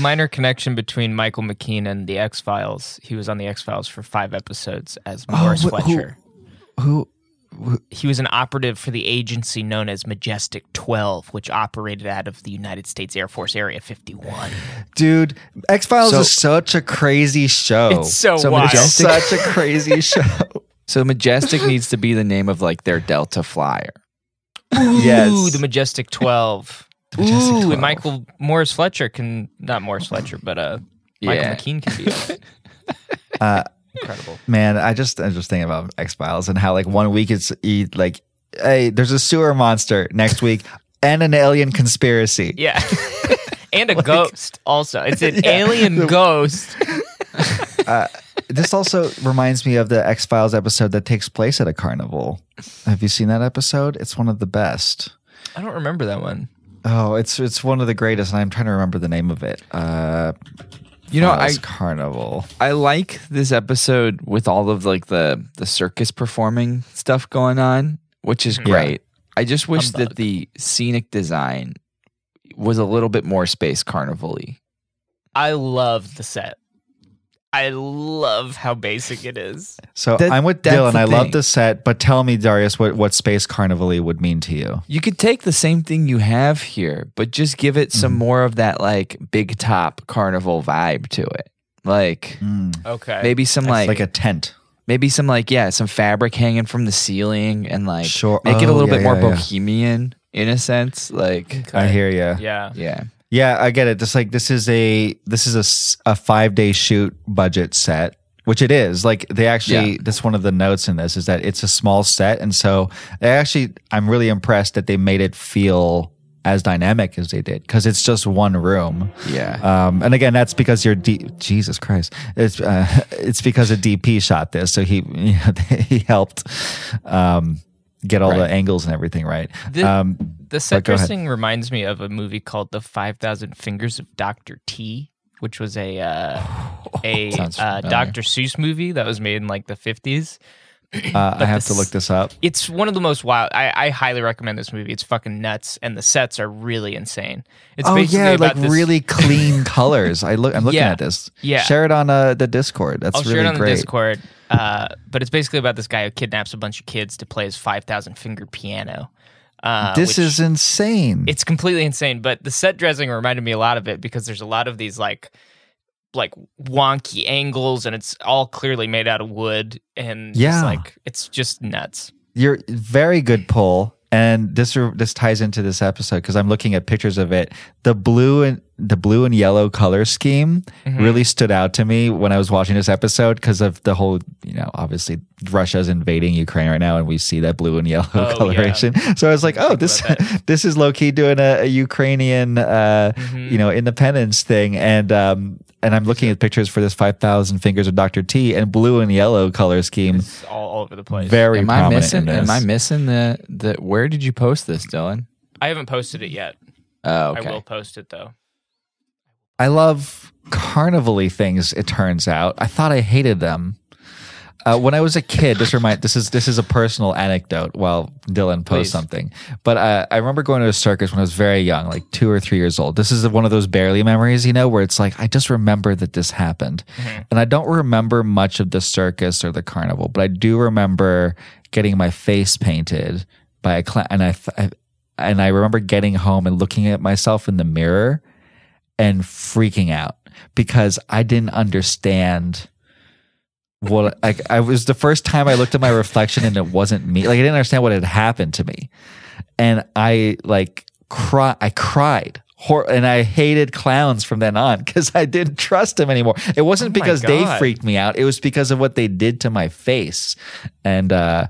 C: minor connection between Michael McKean and the X Files. He was on the X Files for five episodes as Morris
A: Oh, wh- who-
C: Fletcher.
A: who-
C: He was an operative for the agency known as Majestic 12, which operated out of the United States Air Force Area 51.
A: [LAUGHS] Dude, X Files
B: So-
A: is such a crazy show.
C: It's so,
B: So
C: wild.
A: It's
B: majestic.
A: such a [LAUGHS] crazy show.
B: so [LAUGHS] Majestic needs to be the name of like their Delta flyer.
A: yes.
C: Ooh, the Majestic
A: [LAUGHS]
C: 12.
A: Majestic
C: Ooh,
A: 12.
C: and Michael Morris Fletcher can, not Morris Fletcher, but uh, Michael
B: Yeah.
C: McKean can be on it.
A: Uh,
C: Incredible.
A: Man, I just I'm just thinking about X Files and how like one week it's e- like, hey, there's a sewer monster next week and an alien conspiracy.
C: Yeah. and a ghost also. It's an alien ghost.
A: This also reminds me of the X Files episode that takes place at a carnival. Have you seen that episode? It's one of the best.
C: I don't remember that one.
A: Oh, it's it's one of the greatest, and I'm trying to remember the name of it. Uh,
B: You know, I
A: Files carnival.
B: I like this episode with all of like the the circus performing stuff going on, which is great. I just wish that the scenic design was a little bit more space carnival-y.
C: I love the set. I love how basic it is.
A: So
B: That-
A: I'm with
B: that's
A: Dylan.
B: the
A: I
B: thing.
A: love the set, but tell me, Darius, what what space carnival would mean to you?
B: You could take the same thing you have here, but just give it some
A: Mm-hmm.
B: more of that like big top carnival vibe to it. Like
C: Okay.
B: maybe some
A: Like,
B: like,
A: Mm. like a tent.
B: maybe some like yeah, some fabric hanging from the ceiling and like
A: Sure.
B: make it a
A: Oh,
B: little
A: yeah,
B: bit more
A: yeah, yeah.
B: bohemian in a sense. Like
A: I hear you.
C: Yeah.
B: yeah.
A: Yeah, I get it. Just like this is a this is a s- a, five day shoot budget set, which it is. Like they actually
B: Yeah.
A: that's one of the notes in this is that it's a small set, and so they actually I'm really impressed that they made it feel as dynamic as they did because it's just one room.
B: Yeah.
A: Um, and again, that's because you're D- Jesus Christ. It's uh, [LAUGHS] it's because a DP shot this, so he [LAUGHS] you know, he helped um, get all
B: Right.
A: the angles and everything right.
C: The-
A: um,
C: The set
A: But go ahead.
C: dressing reminds me of a movie called The 5000 Fingers of Dr. T, which was a uh, a
B: Sounds
C: uh,
B: familiar.
C: Dr. Seuss movie that was made in like the 50s.
A: uh, I have to
C: this-
A: look this up.
C: It's one of the most wild. I, I highly recommend this movie. It's fucking nuts, and the sets are really insane. It's
A: oh
C: basically
A: yeah,
C: about
A: like
C: this,
A: really
C: [LAUGHS]
A: clean colors. I look. I'm looking
C: Yeah.
A: at this.
C: Yeah.
A: share it on uh, the Discord. That's
C: I'll
A: really
C: share it on
A: great.
C: the Discord. Uh, but it's basically about this guy who kidnaps a bunch of kids to play his 5,000 finger piano. Uh,
A: this
C: which-
A: is insane.
C: it's completely insane. But the set dressing reminded me a lot of it because there's a lot of these like like wonky angles and it's all clearly made out of wood and
A: Yeah.
C: it's like it's just nuts.
A: You're very good pull. And this re- this ties into this episode because I'm looking at pictures of it. The blue and the blue and yellow color scheme really stood out to me when I was watching this episode because of the whole, you know, obviously Russia's invading Ukraine right now, and we see that blue and yellow
C: yeah.
A: [LAUGHS] coloration. So I was like, oh, this [LAUGHS] this is low key doing a, a Ukrainian, uh, you know, independence thing. And um, and I'm looking at pictures for this Five Thousand Fingers of Doctor T, and blue and yellow color scheme
C: It's all, all over the place.
A: very
B: Am I
A: prominent
B: missing?
A: in this.
B: Am I missing the the? Where did you post this, Dylan?
C: I haven't posted it yet.
B: Oh, okay.
C: I will post it though.
A: I love carnival-y things. It turns out I thought I hated them uh, when I was a kid. This remind this is this is a personal anecdote. While Dylan posts something, but uh, I remember going to a circus when I was very young, like two or three years old. This is one of those barely memories, you know, where it's like I just remember that this happened, and I don't remember much of the circus or the carnival, but I do remember getting my face painted by a clown, and I. Th- I and I remember getting home and looking at myself in the mirror and freaking out because I didn't understand what like I was the first time I looked at my reflection and it wasn't me. Like I didn't understand what had happened to me. And I like cry I cried. Hor- and I hated clowns from then on [LAUGHS] because I didn't trust them anymore. It wasn't because they
C: Oh God.
A: freaked me out. It was because of what they did to my face. And uh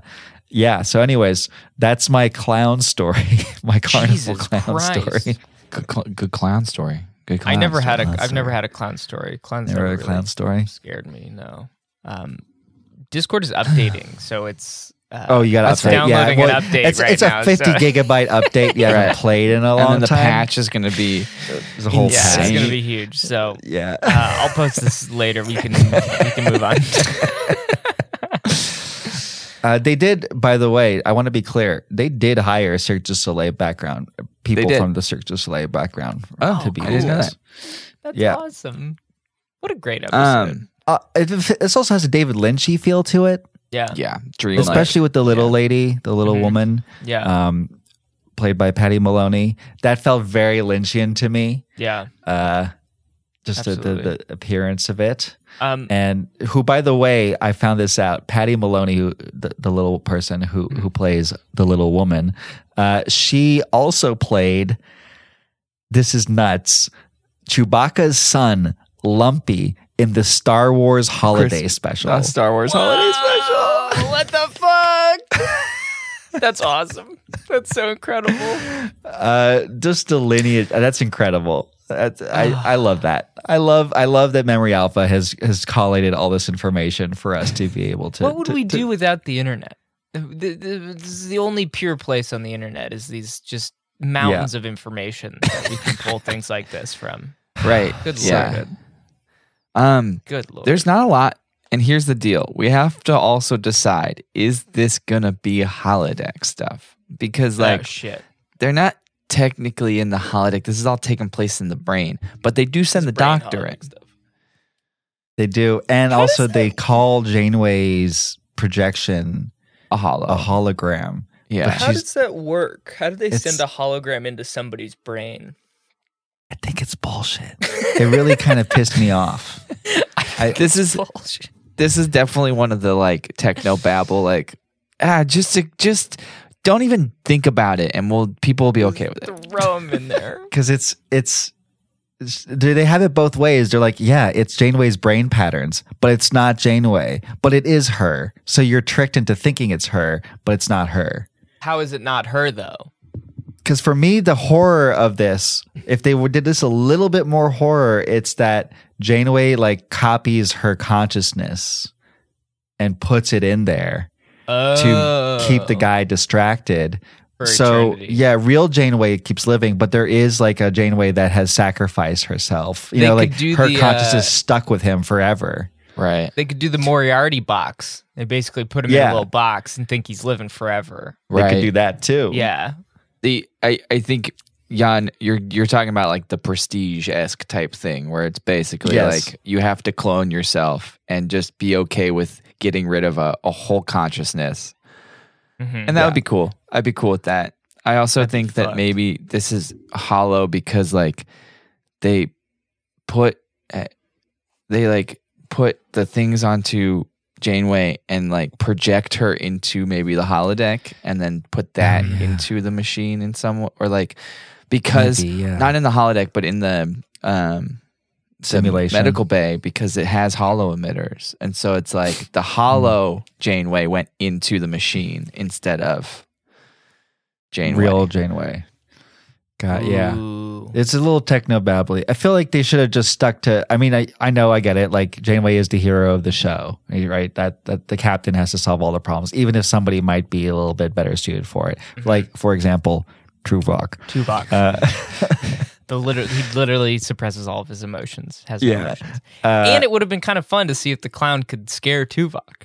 A: yeah, so anyways, that's my clown story. [LAUGHS] my carnival
C: Jesus
A: clown
C: Christ.
A: story.
B: Good, cl- good clown story. Good. Clown
C: I never had a
B: story.
C: I've never had a clown story. Clowns
A: Never
C: never,
A: had a clown story.
C: really scared me, no. Um Discord is updating, so it's uh,
A: Oh, you got
C: That's
A: to update.
C: downloading
A: yeah,
C: an update
A: it's,
C: right
A: it's a
C: now,
A: 50
C: [LAUGHS] so-
A: gigabyte update you haven't
B: Right.
A: played in a
B: And
A: long
B: then the
A: time.
B: patch is going to
C: [LAUGHS]
B: be.
A: It's a whole
C: yeah,
A: thing.
C: it's
B: insane.
C: gonna be huge. So
A: Yeah.
C: uh, I'll post this later. We can we can move on. [LAUGHS]
A: Uh, they did, by the way, I want to be clear. They did hire Cirque du Soleil background people
B: did.
A: from the Cirque du Soleil background
B: Oh,
A: to be
B: I didn't know
A: in this.
B: that.
C: That's
A: Yeah.
C: awesome. What a great episode.
B: Um.
A: Uh, it, this also has a David Lynchy feel to it,
C: yeah.
B: Yeah. Dream.
A: especially with the little lady, the little woman,
C: Mm-hmm. Yeah.
A: um, played by Patty Maloney. That felt very Lynchian to me.
C: yeah.
A: Uh, just the, the,
C: Absolutely.
A: the appearance of it.
C: Um,
A: and who by the way i found this out patty maloney who, the, the little person who
C: Mm-hmm.
A: who plays the little woman uh, she also played this is nuts chewbacca's son lumpy in the star wars holiday special
C: uh,
B: Not Star Wars holiday special.
C: oh, [LAUGHS] what the fuck? That's awesome. That's so incredible.
A: uh, just the lineage that's incredible That's-
C: Ah.
A: I, I love that. I love I love that Memory Alpha has has collated all this information for us to be able to.
C: What would
A: to-
C: we
A: to-
C: do without the internet? The, the, this is the only pure place on the internet is these just mountains of information that we can
A: [LAUGHS]
C: pull things like this from.
B: Right.
C: Good lord.
B: yeah. Um.
C: Good lord.
B: There's not a lot. And here's the deal we have to also decide is this going to be holodeck stuff? Because,
C: oh,
B: like,
C: shit.
B: they're not technically in the holodeck. This is all taking place in the brain, but they do send the
C: Brain
B: doctor in.
A: [LAUGHS]
C: holodeck stuff.
A: They do. And also, they call Janeway's projection
B: A holo.
A: a hologram.
B: yeah.
A: but
H: How
A: she's-
H: does that work? How do they
A: It's-
H: send a hologram into somebody's brain?
A: I think it's bullshit. it really kind of pissed me off. I,
B: [LAUGHS] this is this is definitely one of the like techno babble like ah just to, just don't even think about it and we'll people will be okay
A: [LAUGHS]
B: with it.
C: Throw him in there.
A: because it's it's it's- they they have it both ways. They're like, yeah, it's Janeway's brain patterns, but it's not Janeway, but it is her. So you're tricked into thinking it's her, but it's not her.
C: How is it not her though?
A: because for me the horror of this if they were- did this a little bit more horror it's that janeway like copies her consciousness and puts it in there
C: Oh.
A: to keep the guy distracted
C: For
A: so
C: eternity.
A: yeah real janeway keeps living but there is like a janeway that has sacrificed herself you
C: They
A: know
C: could
A: like
C: do
A: her
C: the, uh,
A: consciousness stuck with him forever
B: Right.
C: They could do the Moriarty box. They basically put him in
A: Yeah.
C: a little box and think he's living forever.
A: they
B: Right.
A: could do that too
C: Yeah.
B: the I, I think Jan, you're you're talking about like the prestige esque type thing where it's basically
A: Yes.
B: like you have to clone yourself and just be okay with getting rid of a, a whole consciousness. And that would be cool. I'd be cool with that. I also think that maybe this is hollow because like they put eh, they like put the things onto Janeway and like project her into maybe the holodeck and then put that
A: Mm,
B: into the machine in some or like because
A: Maybe, yeah.
B: not in the holodeck but in the um the
A: Simulation.
B: medical bay because it has hollow emitters and so it's like
A: Hmm.
B: the hollow Janeway went into the machine instead of Janeway.
A: Real Janeway. God, yeah.
I: Ooh.
A: It's a little techno babbly. I feel like they should have just stuck to. I mean, I, I know I get it. Like Janeway is the hero of the show, right? That that the captain has to solve all the problems, even if somebody might be a little bit better suited for it.
I: Mm-hmm.
A: Like for example, Tuvok.
I: Tuvok.
B: Uh,
I: [LAUGHS] the liter- he literally suppresses all of his emotions. Has no
A: Yeah.
I: emotions.
B: Uh,
I: and it would have been kind of fun to see if the clown could scare Tuvok.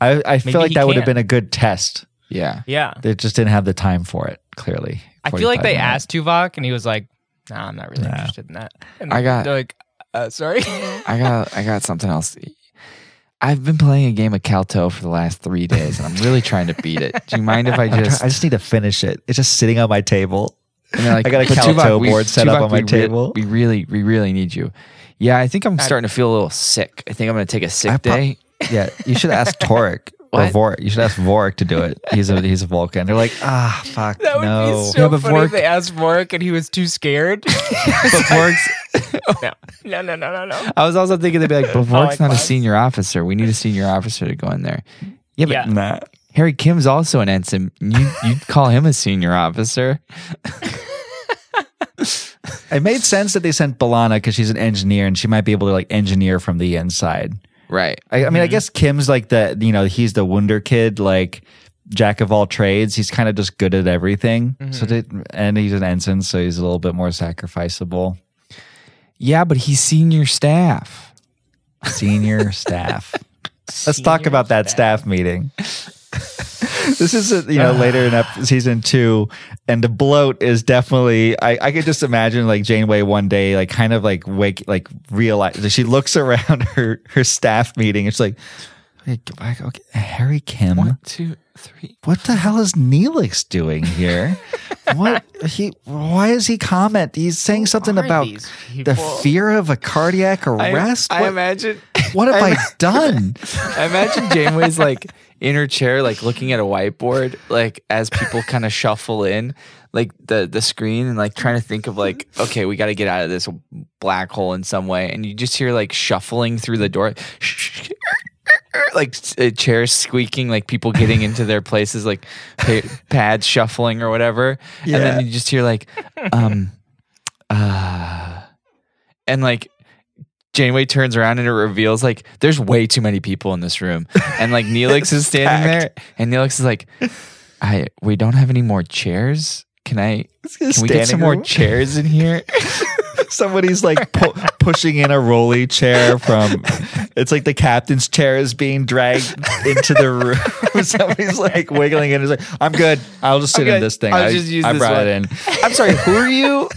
A: I, I
I: Maybe
A: feel like
I: he
A: that would have
I: can.
A: been a good test.
B: Yeah.
I: Yeah,
A: They just didn't have the time for it. Clearly,
I: I feel like
A: 45
I: they
A: minutes.
I: asked Tuvok, and he was like, "Nah, I'm not really
A: Nah.
I: interested in that." And
B: I got-
I: they're like, uh, "Sorry." [LAUGHS]
B: I got I got something else. I've been playing a game of Calto for the last three days, and I'm really trying to beat it. Do you mind if [LAUGHS] I
A: I'm try-
B: just?
A: I just need to finish it. It's just sitting on my table.
B: and they're like,
A: I got a
B: "But
A: Calto
B: Tuvok, we-
A: board set up
B: Tuvok,
A: on my
B: we re-
A: table."
B: we really, we really need you. Yeah, I think I'm starting to feel a little sick. I think I'm going to take a sick
A: I pro-
B: [LAUGHS] day.
A: Yeah, you
I: [LAUGHS]
A: should ask Torek or
B: What?
A: Vorik. You should ask Vorik to do it. He's a he's a Vulcan. They're like, ah, fuck,
I: That would
A: no.
I: be so funny if they asked Vork and he was too
B: [LAUGHS]
I: scared. Oh, no, no, no, no, no, no.
B: I was also thinking they'd be [LAUGHS] like, "But Vork's
I: my
B: not a
I: God.
B: senior officer. We need a senior officer to go in there." Yeah, but
I: Yeah.
A: Nah.
B: Harry Kim's also an ensign. You you'd call him a senior officer.
A: It made sense that they sent Balana because she's an engineer and she might be able to like engineer from the inside.
B: Right.
A: I, I mean, I guess Kim's like the you know he's the wonder kid, like jack of all trades. He's kind of just good at everything. So they, and he's an ensign, so he's a little bit more sacrificable.
B: Yeah, but he's senior staff.
A: Senior staff. Let's talk about that staff meeting. [LAUGHS] this is a, you know later in ep- season two, and the bloat is definitely. I, I could just imagine like Janeway one day, like kind of like wake, like realize she looks [LAUGHS] around her her staff meeting. It's like, "Wait, okay, Harry Kim.
B: One, two, three.
A: what the hell is Neelix doing here? what he? Why is he comment? He's saying something
I: are
A: about
I: these
A: the
I: people?
A: fear of a cardiac arrest.
B: I, I
A: what, [LAUGHS]
B: imagine.
A: what have I, [LAUGHS] done?
B: I imagine Janeway's like in her chair, like looking at a whiteboard, like as people kind of shuffle in, like the the screen, and like trying to think of like, okay, we got to get out of this black hole in some way. And you just hear like shuffling through the door, [LAUGHS] like uh, chairs squeaking, like people getting into their places, like pa- pads shuffling or whatever. And
A: Yeah.
B: then you just hear like, um, uh, and like Janeway turns around and it reveals like there's way too many people in this room, and like Neelix is standing there, and Neelix is like, "I we don't have any more chairs. Can I? Can we get some
A: standing
B: more
A: room.
B: chairs in here?"
A: [LAUGHS] Somebody's like pu- pushing in a rolly chair from. It's like the captain's chair is being dragged into the room. [LAUGHS] Somebody's like wiggling and is like, "I'm good. I'll just sit
B: Okay,
A: in this thing.
B: I'll
A: I,
B: just use
A: I
B: this
A: brought
B: one."
A: it in."
B: I'm sorry, who are [LAUGHS] you?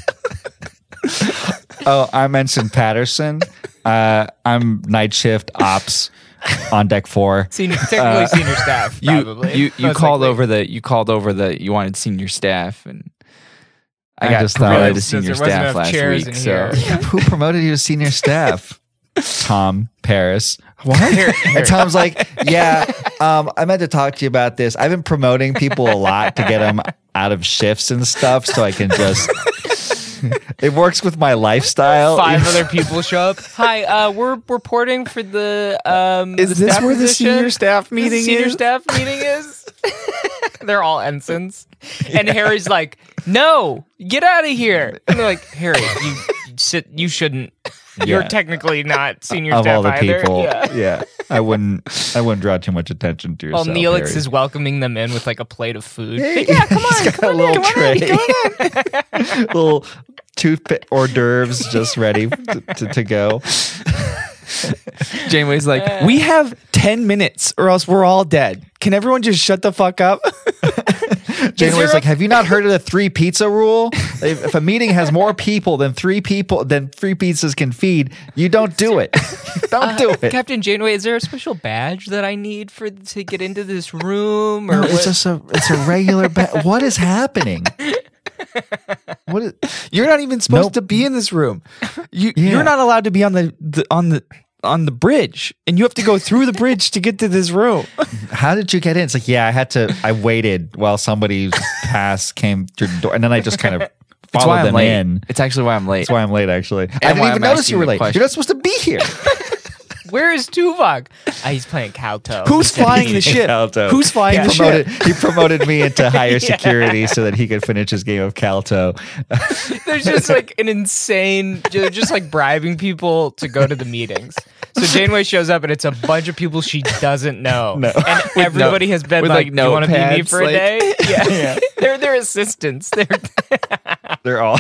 A: Oh, I'm Ensign Patterson. Uh, I'm night shift ops on deck
B: [LAUGHS]
A: four.
I: Senior, technically senior staff.
B: Uh, You
I: Probably.
B: you, you
I: Most
B: called
I: likely.
B: over the you called over the you wanted senior staff, and I,
A: I
B: got
A: just
B: just
A: thought-
B: promoted to
A: Realized
B: senior
I: there wasn't
B: staff
I: enough
B: last
I: chairs
B: week.
I: in
A: [LAUGHS]
B: So
I: here.
A: Who promoted you to senior staff? Tom Paris. What?
B: [LAUGHS]
A: And Tom's like, yeah, um, I meant to talk to you about this. I've been promoting people a lot to get them out of shifts and stuff so I can just. [LAUGHS] it works with my lifestyle.
I: Five other people show up. Hi, uh, we're reporting for the. Um,
B: is
I: the
B: this
I: staff
B: where the
I: position.
B: senior staff
I: This is
B: meeting
I: senior
B: is?
I: staff meeting
A: [LAUGHS]
I: is? they're all ensigns, and Harry's like, "No, get out of
A: [LAUGHS]
I: here!" And they're like, "Harry, you sit. You shouldn't. You're
A: Yeah.
I: technically not senior
A: of
I: staff
A: all the
I: either."
A: people.
I: Yeah.
A: Yeah. I wouldn't. I wouldn't draw too much attention to
I: Well,
A: yourself.
I: Neelix
A: Harry. [LAUGHS]
I: is welcoming them in with like a plate of food.
A: yeah, come on, got a little tray, little toothpick hors d'oeuvres just ready to, to, to go.
B: Janeway's like, we have 10 minutes or else we're all dead. Can everyone just shut the fuck up? [LAUGHS]
A: Janeway's like, "Have you not heard of the three pizza rule? If, if a meeting has more people than three people than three pizzas can feed, you don't do it. [LAUGHS] don't do it."
C: Captain Janeway, is there a special badge that I need for to get into this room? Or
A: No,
C: what?
A: it's just a it's a regular. Ba- what is happening? What is?
B: You're not even supposed
A: Nope.
B: to be in this room. [LAUGHS] You,
A: Yeah.
B: You're not allowed to be on the, the on the on the bridge, and you have to go through the bridge to get to
A: [LAUGHS]
B: this room.
A: How did you get in? It's like, yeah, I had to. I waited while somebody's pass came through the door, and then I just [LAUGHS] kind of
B: That's
A: followed
B: why I'm
A: them
B: late.
A: in.
B: It's actually why I'm late.
A: That's why I'm late. Actually, I didn't
B: why
A: even
B: I'm
A: notice
B: asking
A: you were
B: the
A: late.
B: question.
A: You're not supposed to be here. [LAUGHS]
C: Where is Tuvok?
I: Uh,
C: Ah, he's playing Kalto.
B: [LAUGHS] Who's
A: [LAUGHS]
B: flying the ship?
A: Calto.
B: Who's flying
A: he
B: the
A: promoted,
B: ship?
A: He promoted me into [LAUGHS] higher security so that he could finish his game of Calto.
C: There's just like an insane. They're just like bribing people to go to the meetings. So Janeway shows up and it's a bunch of people she doesn't know, and everybody has been
B: with,
C: like,
B: like,
C: "Do you want to be me
B: notepads,
C: for a
B: like-
C: [LAUGHS] day?" Yeah, they're their assistants. They're
A: [LAUGHS] They're all.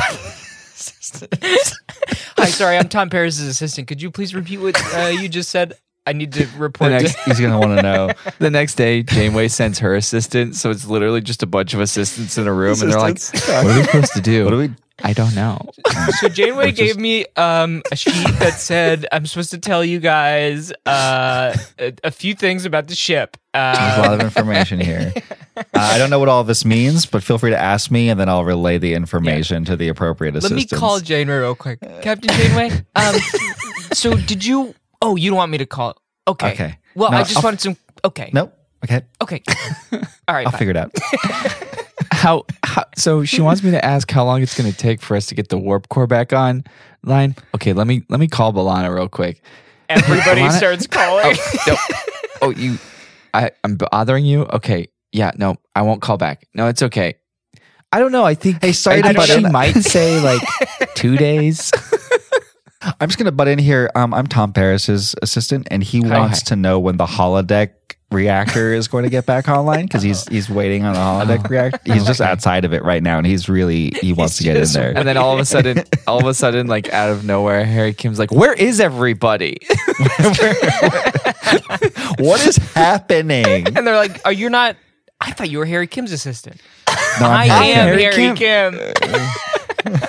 C: [LAUGHS] hi, sorry, I'm Tom Paris' assistant. Could you please repeat what uh, you just said? I need
A: [LAUGHS]
C: to
B: The
C: report.
B: next,
C: to-
A: He's gonna want to know.
B: the next day, Janeway sends her assistant, so it's literally just a bunch of assistants in a room, and they're like, [LAUGHS] "What are we supposed to do?
A: What do we?
B: I don't know."
C: [LAUGHS] So Janeway gave me um, a sheet that said I'm supposed to tell you guys uh, a, a few things about the ship.
A: There's a
C: Uh,
A: lot
C: [LAUGHS]
A: of information here. Uh, I don't know what all this means, but feel free to ask me, and then I'll relay the information to the appropriate
C: let me
A: assistants.
C: call Janeway real quick, Captain Janeway.
A: [LAUGHS]
C: Um, so did you? Oh, you don't want me to call? Okay.
A: Okay.
C: Well,
A: No,
C: I just
A: I'll-
C: wanted some. Okay.
A: Nope. Okay, [LAUGHS]
C: Okay. All right.
A: I'll
C: fine.
A: figure it
C: [LAUGHS]
A: out.
B: [LAUGHS] how, how so she wants me to ask how long it's going to take for us to get the warp core back on line okay let me let me call balana real quick
C: Everybody
A: [LAUGHS]
B: Alana-
C: starts calling.
B: no. [LAUGHS] oh you i i'm bothering you okay yeah no i won't call back no it's okay i don't know i think
A: Hey, sorry
B: I
A: to
B: think
A: butt
B: she
A: in. [LAUGHS]
B: might say like two days
A: I'm just gonna butt in here. Um, I'm Tom Paris's assistant, and he wants
B: Hi.
A: to know when the holodeck reactor is going to get back online because he's he's waiting on the
C: Oh.
A: holodeck reactor. He's just outside of it right now, and he's really he wants to get in there.
B: and then all of a sudden all of a sudden like out of nowhere harry kim's like where is everybody
A: [LAUGHS] what is
C: [LAUGHS]
A: happening?
C: and they're like, "Are you not? I thought you were Harry Kim's assistant.
A: No, I'm
C: I
A: not
C: am
A: kidding.
C: Harry,
B: Harry
C: Kim."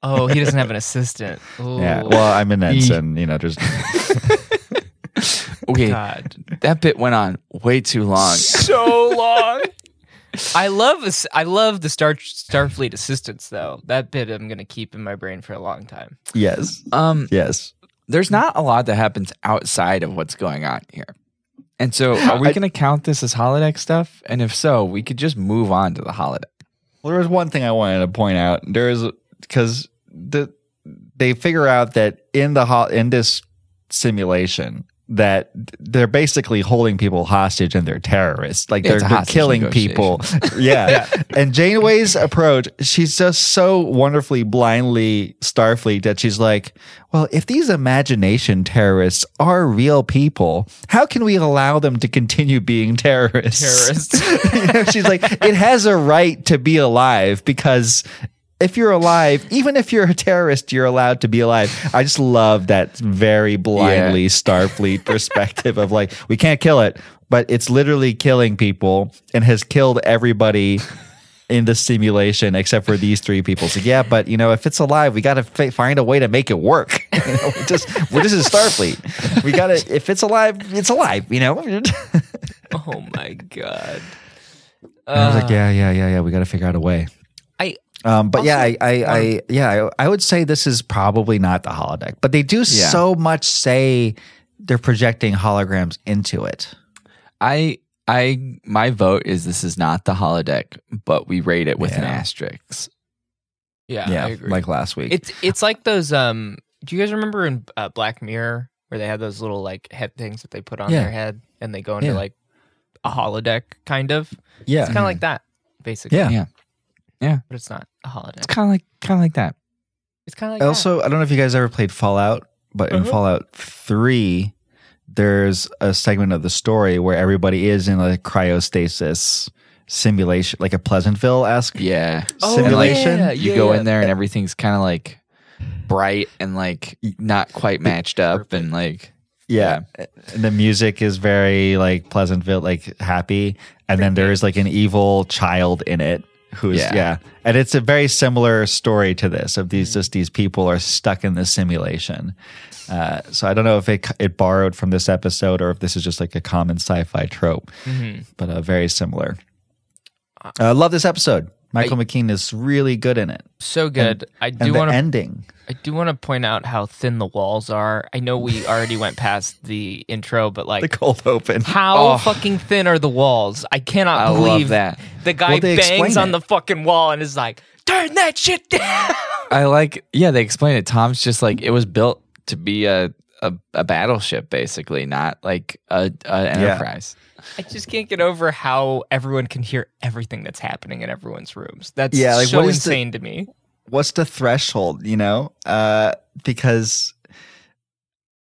A: [LAUGHS]
C: oh, he doesn't have an assistant. Ooh.
A: Yeah, well, I'm an ensign. You know, there's [LAUGHS]
B: okay
C: God.
B: that bit went on way too long
C: so long. I love ass- I love the Star Starfleet assistants though. That bit I'm gonna keep in my brain for a long time. [LAUGHS]
A: yes,
B: um
A: yes.
B: there's not a lot that happens outside of what's going on here. And so, are we
A: I-
B: going to count this as holodeck stuff? And if so, we could just move on to the holodeck.
A: Well, there was one thing I wanted to point out. There is because the they figure out that in the ho- in this simulation that they're basically holding people hostage and they're terrorists. Like
B: Yeah,
A: they're,
B: it's a
A: they're
B: hostage
A: killing people. [LAUGHS] yeah. And Janeway's approach, she's just so wonderfully blindly Starfleet that she's like, well, if these imagination terrorists are real people, how can we allow them to continue being terrorists? Terrorists. [LAUGHS] she's like, it has a right to be alive because if you're alive, even if you're a terrorist, you're allowed to be alive. I just love that very blindly
C: [LAUGHS]
A: Starfleet perspective of like, we can't kill it, but it's literally killing people and has killed everybody in the simulation except for these three people. So, yeah, but you know, if it's alive, we got to f- find a way to make it work. [LAUGHS] You know, we just, well, this is Starfleet. We got to, if it's alive, it's alive, you know? [LAUGHS] and
C: Oh my god. Uh.
A: I was like, yeah, yeah, yeah, yeah, we got to figure out a way.
C: I
A: Um, but yeah, I, I, I yeah, I, I would say this is probably not the holodeck, but they do
B: Yeah.
A: so much say they're projecting holograms into it.
B: I, I, my vote is this is not the holodeck, but we rate it with an
A: Yeah.
B: asterisk.
C: yeah, I agree.
A: like last week.
C: it's it's like those um do you guys remember in uh, Black Mirror where they had those little like head things that they put on
A: Yeah.
C: their head and they go into
A: Yeah.
C: like a holodeck kind of?
A: yeah,
C: It's kinda like that, basically.
A: Yeah.
B: Yeah,
C: But it's not a holodeck.
B: it's kind of like, kind of like that.
C: It's kinda like
A: I
C: that.
A: also, I don't know if you guys ever played Fallout, but
C: Uh-huh.
A: in Fallout Three, there's a segment of the story where everybody is in a cryostasis simulation, like a Pleasantville esque
B: Oh, Yeah,
A: simulation.
B: you go in there and everything's kind of like bright and like not quite matched up and like
A: Yeah. And the music is very like Pleasantville, like happy. And then there is like an evil child in it who's yeah.
B: Yeah.
A: And it's a very similar story to this of these just these people are stuck in this simulation. Uh, so I don't know if it it borrowed from this episode or if this is just like a common sci-fi trope, but uh, very similar. I love this episode. Michael McKean is really good in it.
C: So good. I
A: And
C: do
A: the
C: want to
A: ending.
C: I do want to point out how thin the walls are. I know we already went past the intro, but
A: The [LAUGHS]
C: like
A: cold open.
C: how
B: Oh.
C: fucking thin are the walls? I cannot
B: I love
C: believe
B: that.
C: The guy
A: Well, they
C: bangs
A: explain
C: on
A: it.
C: the fucking wall and is like, "Turn that shit down."
B: I like yeah, they explain it. Tom's just like it was built to be a a, a battleship basically, not like a, a enterprise.
I: I just can't get over how everyone can hear everything that's happening in everyone's rooms. That's
A: Yeah, like,
I: so
A: what is the-
I: insane to me.
A: what's the threshold, you know? Uh, because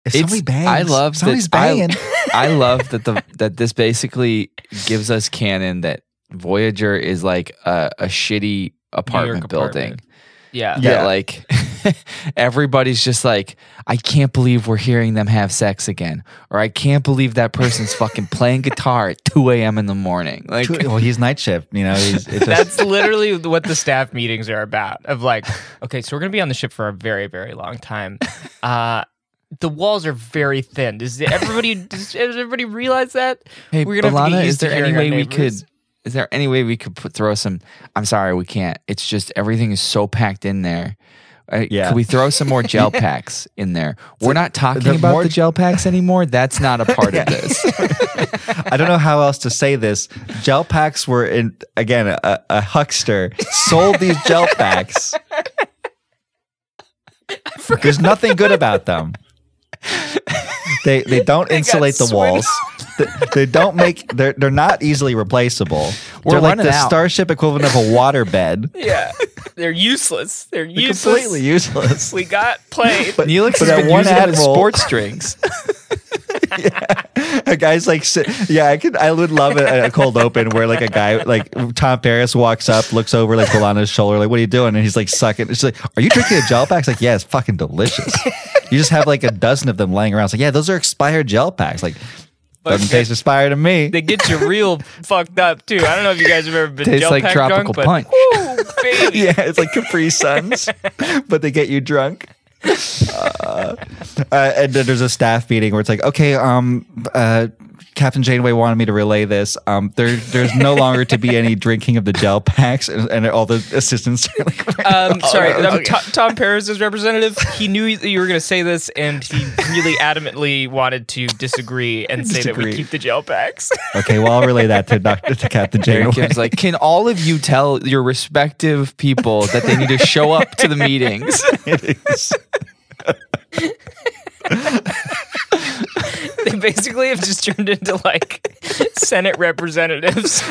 A: if
B: It's-
A: somebody bangs,
B: I love that-
A: somebody's
B: I-
A: [LAUGHS] banging.
B: [LAUGHS] I love that the that this basically gives us canon that Voyager is like a, a shitty apartment building.
C: apartment. yeah.
A: Yeah.
B: That like [LAUGHS] everybody's just like, I can't believe we're hearing them have sex again. Or I can't believe that person's fucking playing guitar at two AM in the morning. Like
A: well, he's night shift, you know. He's, it's just,
I: That's literally what the staff meetings are about. Of like, okay, so we're gonna be on the ship for a very, very long
B: [LAUGHS]
I: time. Uh, the walls are very thin. Does everybody does everybody realize that?
B: Hey,
I: We're gonna have to
B: Balana,
I: get used
B: is there
I: to
B: any way
I: hearing our
B: we
I: [LAUGHS]
B: could?
I: neighbors.
B: Is there any way we could put, throw some? I'm sorry, we can't. It's just everything is so packed in there. Uh,
A: Yeah.
B: Could we throw some
I: [LAUGHS]
B: more gel packs in there? We're not talking
A: the
B: about
A: more-
B: the gel packs anymore. That's not a part
I: [LAUGHS]
B: of this.
A: I don't know how else to say this. Gel packs were in again. A, a huckster sold these gel packs. There's nothing good about them. They they don't insulate the walls. They, they don't make they're they're not easily replaceable.
B: We're
A: they're like
B: running
A: the
B: out.
A: starship equivalent of a water bed.
C: Yeah. They're useless. They're useless.
A: Completely useless. [LAUGHS]
C: We got
B: [LAUGHS]
C: played.
A: But
B: Neelix
A: but
B: has
A: that
B: been
A: one
B: using them as
A: admiral-
I: [LAUGHS]
B: sports drinks.
A: a guy's like, sit- yeah, I could, I would love a, a cold open where like a guy, like Tom Paris walks up, looks over like Polana's shoulder, like, what are you doing? And he's like, sucking. She's like, are you drinking a gel pack? It's like, yeah, it's fucking delicious. You just have like a dozen of them laying around. It's like, yeah, those are expired gel packs. Like, doesn't taste expired to me.
I: They get you real fucked up too. I don't know if you guys have ever been
B: Tastes
I: gel
B: like
I: pack
B: tropical
I: drunk, but
B: punch.
I: Woo, baby.
A: [LAUGHS] yeah, it's like Capri Suns, but they get you drunk. Uh, uh, and then there's a staff meeting where it's like, okay, um, uh, Captain Janeway wanted me to relay this. Um, there, there's no longer to be any drinking of the gel packs, and, and all the assistants are like, [LAUGHS]
I: Um, sorry, um, To- Tom Paris is representative. He knew that you were going to say this, and he
A: [LAUGHS]
I: really adamantly wanted to disagree and say that
A: Disagree.
I: we keep the gel packs. [LAUGHS]
A: okay, well, I'll relay that to Doctor to Captain
B: Derek
A: Janeway.
B: Kim's like, can all of you tell your respective people that they need to show up to
I: [LAUGHS]
B: the meetings?
A: It is. [LAUGHS]
I: they basically have just turned into like Senate
A: [LAUGHS]
I: representatives.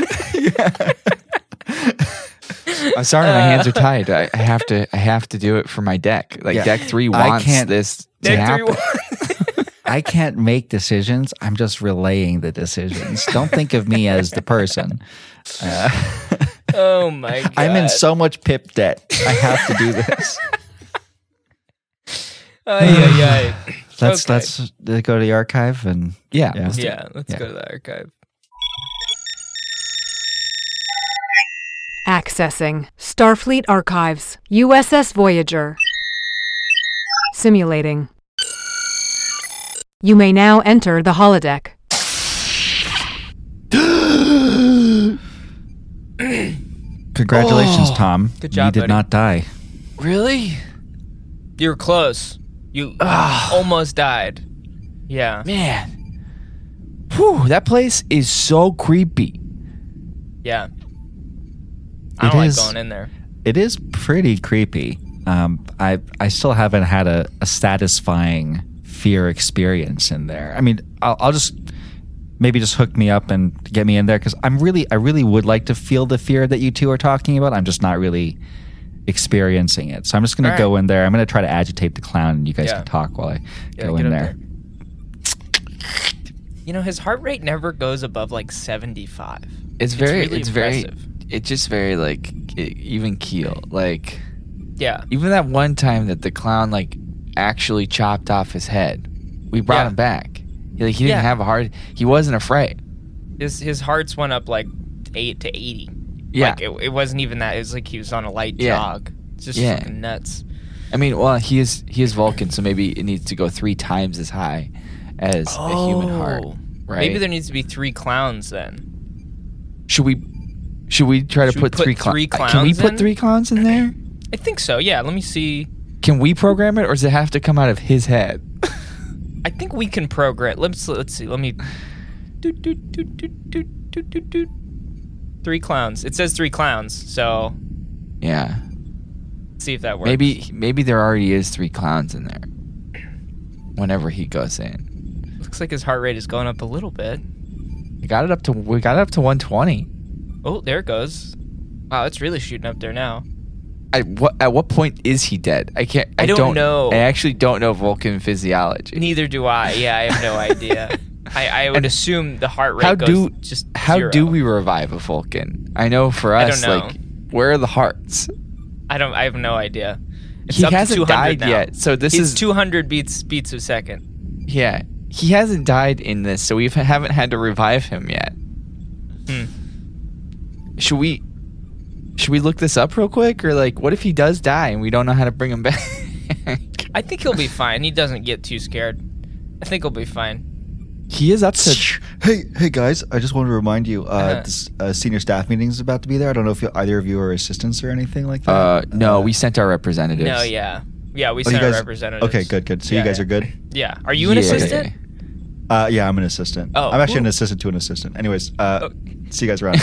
B: I'm sorry, my
I: Uh.
B: hands are tied. I, I have to. I have to do it for my deck. Like
A: Yeah.
B: deck three
A: I
B: wants
A: can't-
B: this to
I: Deck three
B: happen.
A: I can't make decisions. I'm just relaying the decisions. Don't think of me as the person.
I: Oh my god!
A: I'm in so much pip debt. I have to do [LAUGHS] this.
I: Ay, ay, ay.
A: [LAUGHS] Let's
I: Okay.
A: let's uh, go to the archive and
B: yeah.
A: Yeah.
B: let's do it.
I: Yeah, let's go to the archive.
J: Accessing Starfleet Archives, USS Voyager. Simulating. You may now enter the holodeck.
A: Congratulations, Tom. Good
C: job,
A: You did
C: buddy.
A: not die.
B: Really?
C: You're close. You
A: Ah.
C: almost died. Yeah.
B: Man. Whew, that place is so creepy.
C: Yeah. I
A: It
C: don't
A: is-
C: like going in there.
A: It is pretty creepy. Um, I I still haven't had a, a satisfying fear experience in there. I mean, I'll, I'll just maybe just hook me up and get me in there because I'm really I really would like to feel the fear that you two are talking about. I'm just not really experiencing it. So I'm just gonna
C: All
A: go in there. I'm gonna try to agitate the clown, and you guys
C: Yeah.
A: can talk while I go
C: get
A: in
C: up
A: there.
C: You know, his heart rate never goes above like 75.
B: It's very. It's,
C: really
B: very.
C: impressive.
B: It's just very like e- even keel. Like
C: Yeah.
B: Even that one time that the clown like actually chopped off his head, we brought
C: Yeah.
B: him back. He, like he didn't
C: Yeah.
B: have a heart. He wasn't afraid.
C: His his hearts went up like eight to eighty.
B: Yeah.
C: Like it, it wasn't even that. It was like he was on a light
B: Yeah.
C: jog. It's just
B: Yeah.
C: fucking nuts.
B: I mean, well, he is he is Vulcan, so maybe it needs to go three times as high as a human heart,
C: Oh.
B: right?
C: Maybe there needs to be three clowns then.
B: should we should we try to
C: Should we
B: put,
C: put
B: three, clowns?
C: three
B: Can we
C: clowns
B: put
C: in?
B: three clowns in there?
C: I think so. Yeah. Let me see.
B: Can we program it, or does it have to come out of his head?
C: I think we can program. Let's let's see. Let me. Doot, doot, doot, doot, doot, doot, doot, doot. Three clowns. It says three clowns. So
B: Yeah,
C: let's see if that works.
B: maybe maybe there already is three clowns in there. Whenever he goes in,
C: looks like his heart rate is going up a little bit.
B: we got it up to we got it up to one twenty.
C: Oh, there it goes. Wow, it's really shooting up there now.
B: At what at what point is he dead? I can't. I,
C: I don't know.
B: I actually don't know Vulcan physiology.
C: Neither do I. Yeah, I
B: [LAUGHS]
C: have no idea. I, I would assume the heart rate
B: how
C: goes
B: do
C: just
B: how
C: zero.
B: do we revive a Vulcan? I know for
C: I don't
B: us,
C: know.
B: like where are the hearts?
C: I don't. I have no idea. It's
B: he
C: up to
B: hasn't
C: 200
B: died
C: now.
B: yet, so this
C: it's
B: is
C: 200 beats beats a second.
B: yeah. He hasn't died in this, so we haven't had to revive him yet.
C: Hmm.
B: Should we should we look this up real quick, or like what if he does die and we don't know how to bring him back? [LAUGHS]
C: I think he'll be fine. He doesn't get too scared. I think he'll be fine.
B: he is up to
A: Hey, hey guys! I just wanted to remind you, uh,
C: Uh-huh.
A: this uh, senior staff meeting is about to be there. I don't know if you, either of you are assistants or anything like that.
B: uh no. We sent our representatives.
C: No, yeah, yeah. We
A: Oh,
C: sent
A: you guys,
C: our representatives.
A: Okay, good, good. So
C: Yeah,
A: you guys
C: yeah.
A: are good.
C: Yeah. Are you an
B: Yeah.
C: assistant?
A: Uh, yeah, I'm an assistant.
C: Oh,
A: I'm actually an
C: cool.
A: assistant to an assistant. Anyways, uh,
C: Oh.
A: see you guys around.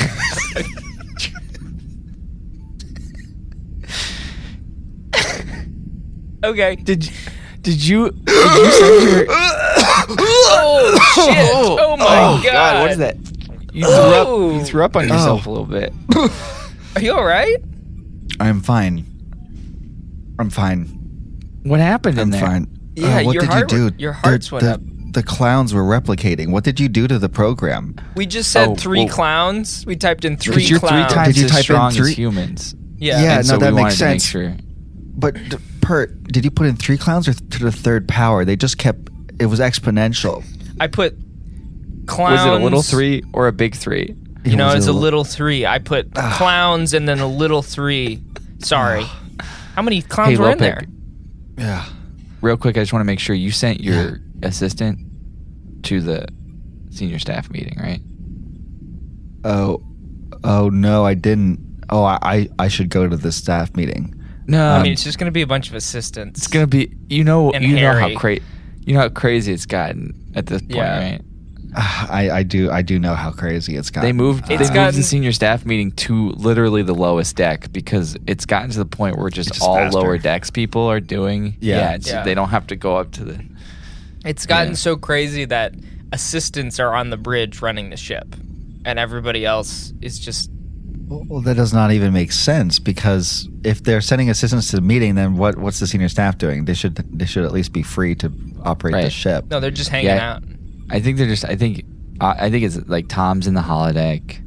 C: Okay.
B: Did did you did you send your
C: [COUGHS] oh shit! Oh my
B: Oh,
C: god.
B: What is that? You threw up. You
C: Oh.
B: threw up on yourself a little bit.
C: Are you all right?
A: [LAUGHS] I'm fine. I'm fine.
B: What happened in
A: I'm
B: there?
A: fine. Uh,
C: Yeah,
A: what
C: your
A: did
C: heart-
A: you do?
C: your hearts
A: the,
C: went
A: the,
C: up.
A: The clowns were replicating. What did you do to the program?
C: We just said
B: Oh,
C: three
B: whoa.
C: clowns. We typed in three
B: Because you're
C: clowns.
B: three times
A: Did you
B: as
A: type in
B: strong
A: three-
B: as humans.
C: Yeah.
A: Yeah.
B: And
A: no,
B: so
A: that makes
B: we wanted to make
A: sense.
B: sure.
A: But d- Pert, did you put in three clowns or th- to the third power? They just kept. It was exponential.
C: I put clowns.
B: Was it a little three or a big three?
C: You know,
A: was
C: it's
A: a
C: a
A: li-
C: little three. I put
B: Ah.
C: clowns and then a little three. Sorry.
B: [SIGHS]
C: How many clowns
B: Hey,
C: were in
B: Lopik.
C: there?
A: Yeah.
B: Real quick, I just want to make sure you sent your assistant to the senior staff meeting, right?
A: Oh, oh no, I didn't. Oh, I, I, I should go to the staff meeting. [SIGHS]
B: No,
C: I mean, it's just going to be a bunch of
B: um,
C: assistants.
B: it's gonna be. You know,
C: And
B: you know
C: Harry.
B: how crazy, you know how crazy it's gotten at this point,
C: Yeah.
B: right?
A: I, I do I do know how crazy it's gotten. Uh,
B: They moved.
C: It's
B: they moved
C: gotten-
B: the senior staff meeting to literally the lowest deck because it's gotten to the point where just,
A: It's just
B: all
A: faster.
B: lower decks people are doing.
A: Yeah.
B: it's,
C: Yeah.
B: they don't have to go up to the.
C: It's gotten
B: Yeah.
C: so crazy that assistants are on the bridge running the ship, and everybody else is just.
A: Well, that does not even make sense because if they're sending assistants to the meeting, then what what's the senior staff doing? They should they should at least be free to operate the
B: Right.
A: ship.
C: No, they're just hanging
B: Yeah.
C: out.
B: I think they're just. I think. Uh, I think it's like Tom's in the
C: [LAUGHS]
B: holodeck.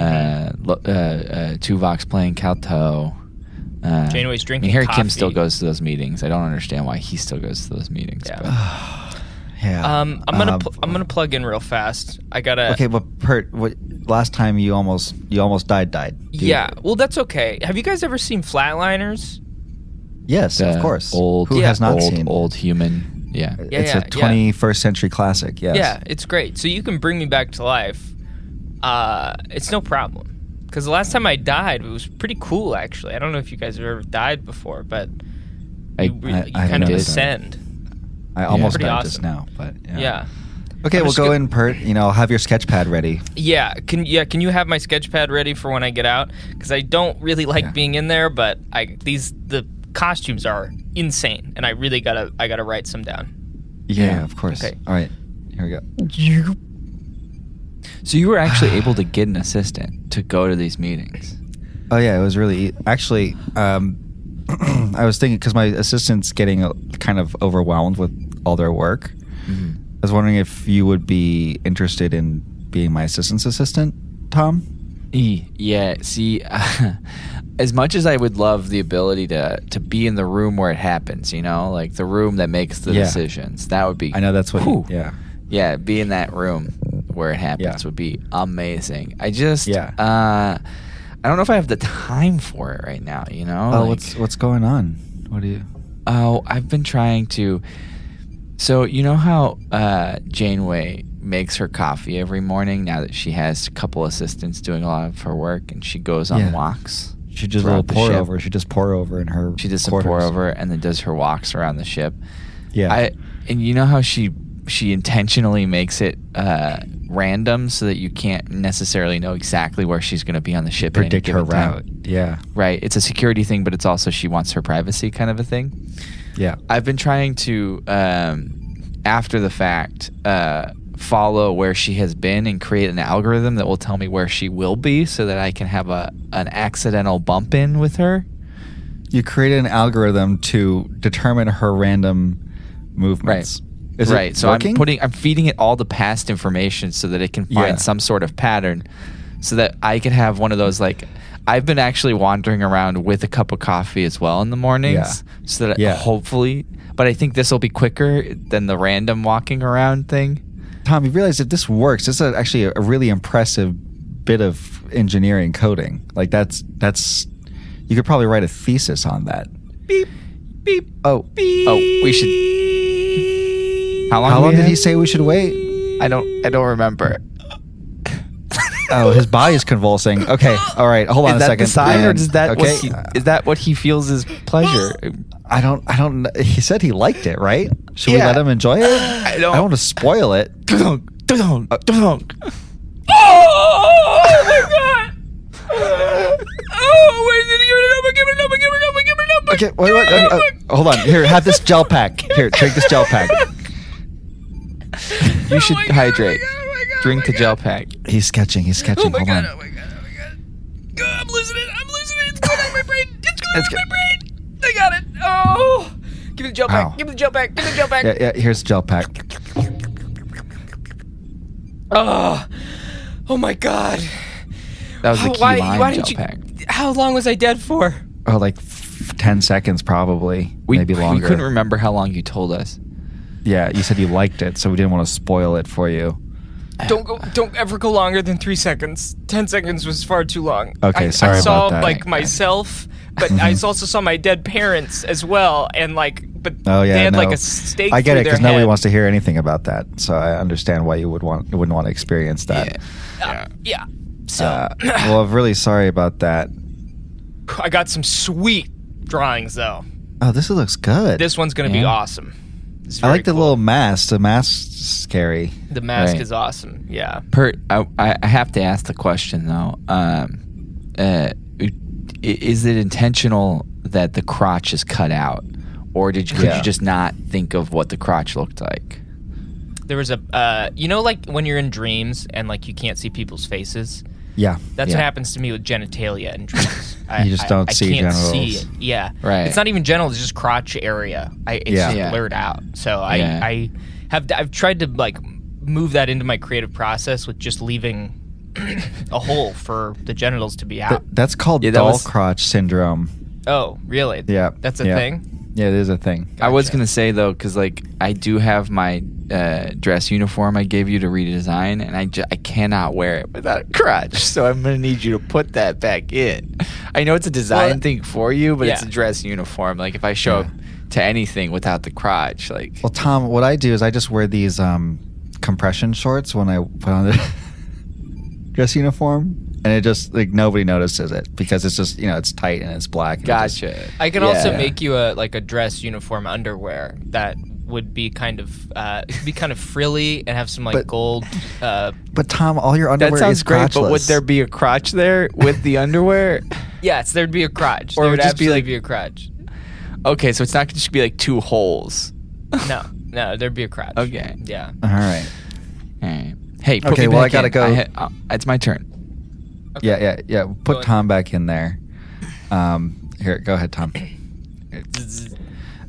B: Uh, lo- uh, uh, Tuvok's playing Kalto. Uh,
C: Janeway's
B: I
C: drinking
B: mean, Harry
C: coffee.
B: Kim still goes to those meetings. I don't understand why he still goes to those meetings.
C: Yeah.
B: but-
A: [SIGHS] Yeah.
C: Um, I'm gonna
A: Um,
C: pl- I'm gonna plug in real fast. I gotta.
A: okay, but Pert, what, last time you almost you almost died died. Do you-
C: Yeah, well, that's okay. Have you guys ever seen Flatliners?
A: Yes,
B: Uh,
A: of course.
B: Old,
A: Who has not
B: old,
A: seen?
B: old human? Yeah.
C: Yeah,
A: it's
C: yeah,
A: a
C: yeah.
A: 21st century classic. Yes.
C: Yeah, it's great. So you can bring me back to life. Uh, it's no problem. Because the last time I died, it was pretty cool, actually. I don't know if you guys have ever died before, but
B: I,
C: you,
A: I-
C: you
A: I've
C: kind of
A: done it.
C: ascend.
A: I almost
C: Pretty
A: died
C: awesome.
A: just now, but yeah.
C: Yeah.
A: Okay,
C: I'm
A: we'll
C: just
A: go
C: gonna-
A: in, Pert. You know, have your sketch pad ready.
C: Yeah, can yeah can you have my sketch pad ready for when I get out? Because I don't really like
A: Yeah.
C: being in there, but I these the costumes are insane, and I really gotta I gotta write some down.
A: Yeah, of course.
C: Okay.
A: All right, here we go.
B: So you
A: [SIGHS]
B: were actually able to get an assistant to go to these meetings.
A: Oh yeah, it was really e- actually. Um, [CLEARS THROAT] I was thinking because my assistant's getting uh, kind of overwhelmed with all their work. I was wondering if you would be interested in being my assistant's assistant, Tom.
B: E. Yeah. See, [LAUGHS] as much as I would love the ability to to be in the room where it happens, you know, like the room that makes the
A: Yeah.
B: decisions, that would be.
A: I know that's what.
B: Whew.
A: yeah.
B: Yeah, be in that room where it happens
A: Yeah.
B: would be amazing. I just.
A: Yeah.
B: Uh, I don't know if I have the [LAUGHS] time for it right now. You know.
A: Oh,
B: Like,
A: what's what's going on? What do you?
B: Oh, I've been trying to. So you know how uh, Janeway makes her coffee every morning now that she has a couple assistants doing a lot of her work, and she goes on
A: Yeah.
B: walks.
A: She just a
B: throughout
A: little
B: the
A: pour
B: ship.
A: over. She just pour over in her.
B: She does a
A: quarters.
B: pour over and then does her walks around the ship.
A: Yeah.
B: I and you know how she she intentionally makes it uh, random so that you can't necessarily know exactly where she's going to be on the ship. at any
A: predict her
B: given time.
A: route. Yeah.
B: Right. It's a security thing, but it's also she wants her privacy kind of a thing.
A: Yeah.
B: I've been trying to, um, after the fact, uh, follow where she has been and create an algorithm that will tell me where she will be, so that I can have a an accidental bump in with her.
A: You created an algorithm to determine her random movements. Is it
B: right. So
A: working?
B: I'm putting, I'm feeding it all the past information so that it can find
A: Yeah.
B: some sort of pattern, so that I can have one of those like. I've been actually wandering around with a cup of coffee as well in the mornings,
A: Yeah.
B: so that
A: Yeah.
B: hopefully. But I think this will be quicker than the random walking around thing.
A: Tom, you realize if this works, this is actually a really impressive bit of engineering coding. Like that's that's you could probably write a thesis on that. Beep beep. Oh
B: Oh, we should. How long,
A: How
B: we
A: long did
B: have?
A: he say we should wait?
B: I don't. I don't remember.
A: Oh, his body is convulsing.
B: [GASPS]
A: Okay, all right. Hold on
B: is
A: a
B: that
A: second.
B: the sign, or
A: And-
B: is that
A: okay? Uh,
B: what he, is that what he feels is
C: [GASPS]
B: pleasure?
A: I don't. I don't. kn- He said he liked it, right? Should we
B: Yeah.
A: let him
B: [GASPS]
A: enjoy it? I
B: don't-
A: want to spoil it.
B: Uh, [LAUGHS] Oh,
C: Oh,
A: Okay, wait, wait, wait, uh, hold on. Here, have this gel pack. Here, drink this gel pack.
C: Oh
B: you should hydrate. Drink the gel pack.
A: He's sketching. He's sketching.
C: Oh my
A: hold
C: god,
A: on.
C: oh my god, oh my god. Oh, I'm losing it, I'm losing it. It's going out of my brain. It's going out of my brain. I got it. Oh. Give me the jump
A: Ow.
C: back. Give me the jump back. Give me
A: [LAUGHS]
C: the jump back.
A: Yeah, yeah, here's gel pack.
C: Oh. Oh my god.
B: That was the
C: Oh,
B: key
C: why-
B: line.
C: why
B: gel
C: didn't you-
B: pack.
C: How long was I dead for?
A: Oh, like f- ten seconds probably. maybe longer.
B: We couldn't remember how long you told us.
A: yeah, you said you liked it, so we didn't want to spoil it for you. Uh,
C: Don't go don't ever go longer than 3 seconds. 10 seconds was far too long.
A: Okay,
C: I,
A: sorry
C: I saw
A: about that. Mm-hmm.
C: like myself, but I also saw my dead parents as well and like but
A: Oh yeah,
C: they had
A: no.
C: like a stake
A: I get
C: through
A: it
C: their
A: because nobody
C: head.
A: wants to hear anything about that. So I understand why you would want wouldn't want to experience that.
C: Yeah. So
A: Uh, well, I'm really sorry about that.
C: I got some sweet drawings though.
A: Oh, this looks good.
C: This one's gonna be
B: Yeah.
C: awesome. It's
A: I
C: very
A: like the
C: cool.
A: little mask. The mask's scary.
C: The mask
B: Right.
C: is awesome. Yeah.
B: Pert, I, I I have to ask the question though. Um, uh, i- is it intentional that the crotch is cut out, or did you, could
A: Yeah.
B: you just not think of what the crotch looked like?
C: There was a, uh, you know, like when you're in dreams and like you can't see people's faces.
A: Yeah.
C: That's
B: Yeah.
C: what happens to me with genitalia in dreams.
A: [LAUGHS]
C: I,
A: You just
C: I-
A: don't
C: I
A: see
C: can't see
A: genitals.
C: it. Yeah.
B: Right.
C: It's not even genitals. It's just crotch area. I, it's
A: Yeah.
C: just
B: Yeah.
C: blurred out. So I,
B: Yeah.
C: I have, I've tried to like move that into my creative process with just leaving [COUGHS] a hole for the genitals to be out.
A: Th- that's called
B: Yeah, that
A: doll
B: was-
A: crotch syndrome.
C: oh, really?
A: Yeah.
C: That's a
A: yeah.
C: thing?
A: Yeah, it is a thing.
B: I was gonna say though, because like I do have my uh, dress uniform I gave you to redesign, and I ju- I cannot wear it without a crotch. So I'm gonna need you to put that back in. I know it's a design
C: Well,
B: thing for you, but it's a
C: yeah.
B: dress uniform. Like if I show up to anything without the crotch, like
A: Well, Tom, what I do is I just wear these um, compression shorts when I put on the [LAUGHS] dress uniform, and it just like nobody notices it because it's just you know it's tight and it's black. and it just-
B: gotcha.
C: I could
B: Yeah.
C: also make you a like a dress uniform underwear that would be kind of uh, be kind of frilly and have some like
A: But-
C: gold. Uh,
A: but Tom, all your
B: That
A: underwear
B: sounds
A: is
B: great, but would
A: crotchless.
B: there be a crotch there with the underwear? [LAUGHS]
C: yes, there'd be a crotch,
B: Or
C: or
B: it would
C: would
B: just be
C: absolutely
B: like-
C: be a crotch.
B: Okay, so it's not gonna just be like two holes. [LAUGHS]
C: No, no, there'd be a crotch.
B: Okay.
C: Yeah.
A: All right.
B: All right. Hey, put
A: Okay,
B: me
A: well, I
B: back
A: gotta
B: in.
A: go.
B: ha- uh, it's my turn.
A: Yeah, yeah, yeah. Put
C: ahead.
A: Tom back in there. Um, here, go ahead, Tom.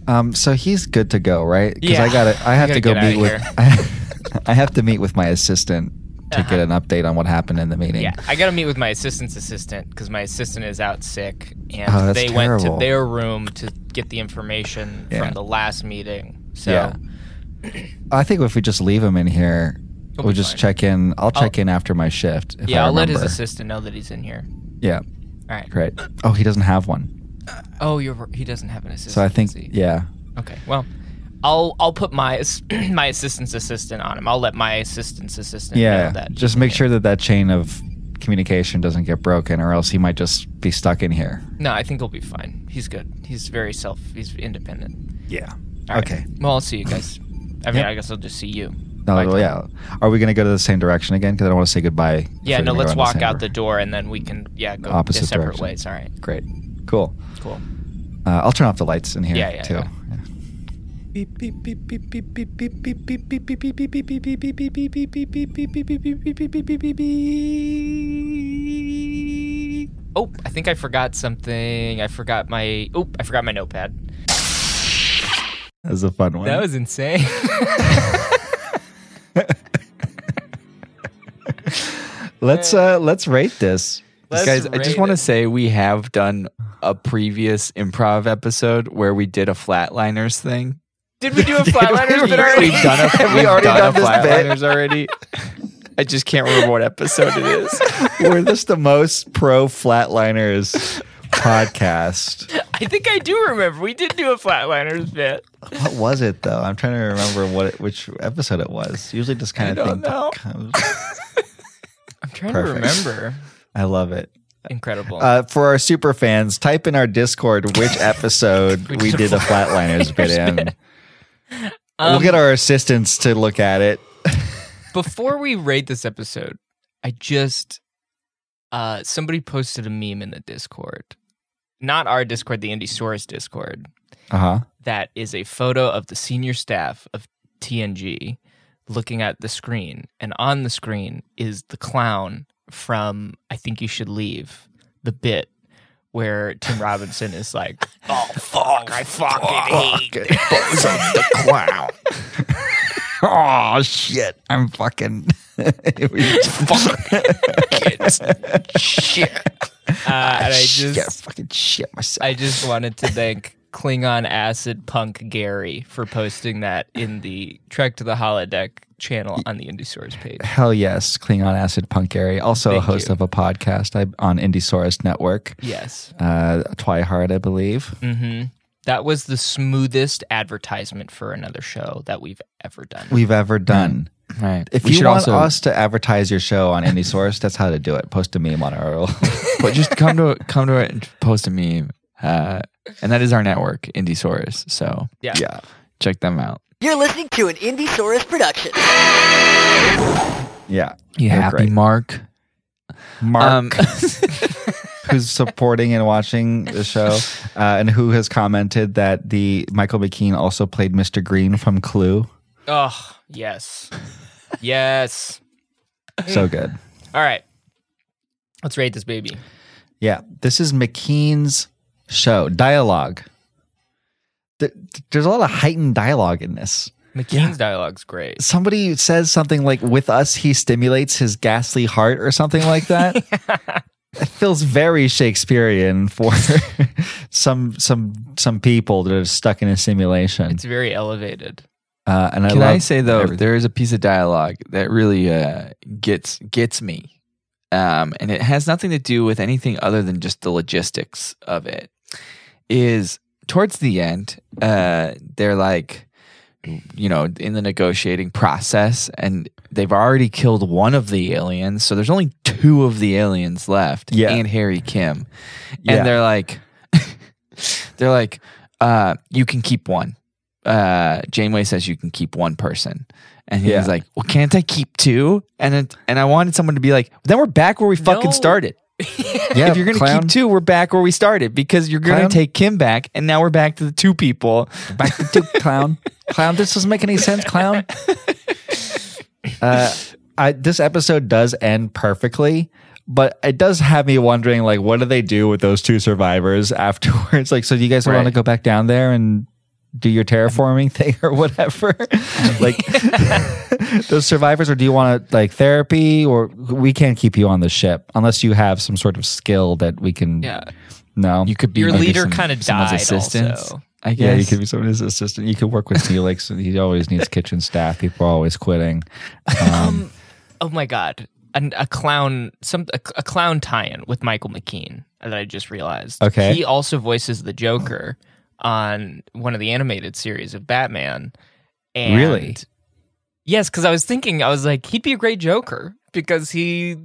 A: Um, so he's good to go, right? Because
C: Yeah.
A: I got to I have
C: You
A: to
C: gotta
A: go [LAUGHS] meet
C: get outta
A: with.
C: here. Uh-huh.
A: I, have to meet with my assistant to get an update on what happened in the meeting.
C: Yeah, I got to meet with my assistant's assistant because my assistant is out sick, and
A: Oh, that's
C: they went to
A: terrible.
C: their room to get the information
A: Yeah.
C: from the last meeting. So
A: Yeah. I think if we just leave him in here, we'll,
C: be
A: just
C: fine.
A: check in. I'll check in after my shift. If
C: yeah,
A: I
C: I'll let his
A: remember.
C: assistant know that he's in here.
A: Yeah,
C: All right. [LAUGHS]
A: great. Oh, he doesn't have one.
C: Oh, you're r- he doesn't have an assistant.
A: So I think,
C: does he?
A: yeah.
C: Okay. Well, I'll I'll put my ass- [CLEARS THROAT] my assistant's assistant on him. I'll let my assistant's assistant
A: Yeah.
C: know that.
A: Just make sure that that chain of communication doesn't get broken, or else he might just be stuck in here.
C: No, I think he'll be fine. He's good. He's very self. He's independent.
A: Yeah.
C: All right.
A: okay.
C: Well, I'll see you guys. I mean,
A: Yeah.
C: I guess I'll just see you.
A: No,
C: Bye, Tom.
A: yeah. Are we going to go to the same direction again? Because I don't want to say goodbye. if
C: Yeah,
A: we're
C: no,
A: gonna go
C: let's
A: in
C: walk
A: same
C: out the
A: dir-
C: door and then we can, yeah, go
A: Opposite
C: opposite separate
A: direction.
C: ways. All right,
A: Great. Cool.
C: cool.
A: Uh, I'll turn off the lights in here
C: Yeah, yeah,
A: too.
C: yeah. Oh, I think I forgot something. I forgot my, oh, I forgot my notepad.
A: That was a fun one.
C: That was insane.
A: let's uh, let's rate this.
C: Let's
B: Guys, I
C: rate
B: just want
C: it.
B: to say we have done a previous improv episode where we did a flatliners thing.
C: Did
B: [LAUGHS]
C: we do a flatliners bit already?
B: We've
C: [LAUGHS]
B: done a,
A: Have we
B: we've
A: already
B: done a
A: done this
B: flatliners already. I just can't remember what episode
A: [LAUGHS]
B: it is.
A: We're just the most pro flatliners podcast.
C: I think I do remember. We did do a flatliners bit.
A: What was it though? I'm trying to remember what it, which episode it was. Usually, just kind of
B: don't
A: think.
B: know.
C: I'm trying
A: Perfect.
C: to remember.
A: I love it.
C: Incredible.
A: Uh, for our super fans, type in our Discord which
C: [LAUGHS]
A: episode we,
C: did a
A: did a flatliners bit in. we'll
C: Um,
A: get our assistants to look at it.
C: before we rate this episode, I just uh somebody posted a meme in the Discord. Not our Discord, the IndieSource Discord.
A: Uh huh.
C: That is a photo of the senior staff of TNG looking at the screen, and on the screen is the clown from I Think You Should Leave, the bit where [LAUGHS] Tim Robinson is like, "Oh fuck, I fucking hate."
A: [LAUGHS] Oh shit! I'm fucking. [LAUGHS]
C: [LAUGHS] Uh, and I just
A: fucking shit myself.
C: I just wanted to thank Klingon Acid Punk Gary for posting that in the Trek to the Holodeck channel on the IndieSource page.
A: Hell yes, Klingon Acid Punk Gary, also a
C: Thank
A: host
C: you.
A: of a podcast I, on Indiesaurus Network,
C: Yes.
A: uh, Twihard, I believe.
C: hmm That was the smoothest advertisement for another show that we've ever done.
A: We've ever done.
B: Right.
A: If
B: Mm. we
A: you
B: should
A: want
B: also
A: us to advertise your show on Indiesaurus, that's how to do it. Post a meme on our. [LAUGHS]
B: but just come to come to it and post a meme. Uh, and that is our network, Indiesaurus. So
C: Yeah.
B: check them out.
K: You're listening to an Indiesaurus production.
A: yeah,
B: You
A: They're
B: happy,
A: great.
B: Mark?
A: Mark,
B: Um, [LAUGHS]
A: who's supporting and watching the
B: [LAUGHS]
A: show, uh, and who has commented that the Michael McKean also played Mr. Green from Clue.
C: Oh, yes. yes.
B: [LAUGHS]
A: So good.
C: All right. Let's rate this baby.
A: Yeah, this is McKean's show dialogue. Th- th- There's a lot of heightened dialogue in this.
C: McKean's dialogue's great.
A: Somebody says something like, "With us, he stimulates his ghastly heart," or something like that.
B: [LAUGHS]
A: It feels very Shakespearean for [LAUGHS] some some some people that are stuck in a simulation.
C: It's very elevated.
A: Uh, and I
B: Can I
A: love
B: say though,
A: everything.
B: there is a piece of dialogue that really uh, gets gets me, um, and it has nothing to do with anything other than just the logistics of it. Is towards the end, uh, they're like, you know, in the negotiating process, and they've already killed one of the aliens, so there's only two of the aliens left,
A: Yeah.
B: and Harry Kim, and
A: Yeah.
B: they're like, [LAUGHS] they're like, uh, you can keep one uh, Janeway says you can keep one person. And he's
A: Yeah.
B: like, well, can't I keep two? And it, and I wanted someone to be like, then we're back where we
C: No.
B: fucking started.
A: yeah,
B: if you're gonna
A: clown,
B: keep two, we're back where we started because you're gonna
A: Clown.
B: take Kim back, and now we're back to the two people.
A: back to Duke,
B: [LAUGHS]
A: clown, clown. This doesn't make any sense, clown. Uh, I, this episode does end perfectly, but it does have me wondering, [LAUGHS] like, what do they do with those two survivors afterwards? Like, so do you guys want to
B: Right.
A: go back down there and do your terraforming thing [LAUGHS] or
B: [LAUGHS]
A: whatever? like [LAUGHS] those survivors, or do you want to like therapy? Or we can't keep you on the ship unless you have some sort of skill that we can.
C: Yeah.
A: No,
B: You could be
C: Your
B: maybe
C: leader
B: some-
C: kind of
B: someone's
C: died
B: assistant,
C: also.
B: I guess.
A: Yeah, you could be someone's assistant. You could work with Felix. he always needs kitchen staff. People are always quitting. Um,
C: Oh my god, An, a clown, some a, a clown tie-in with Michael McKean that I just realized.
A: Okay.
C: he also voices the Joker on one of the animated series of Batman. And
A: Really?
C: Yes, because I was thinking, I was like, he'd be a great Joker because he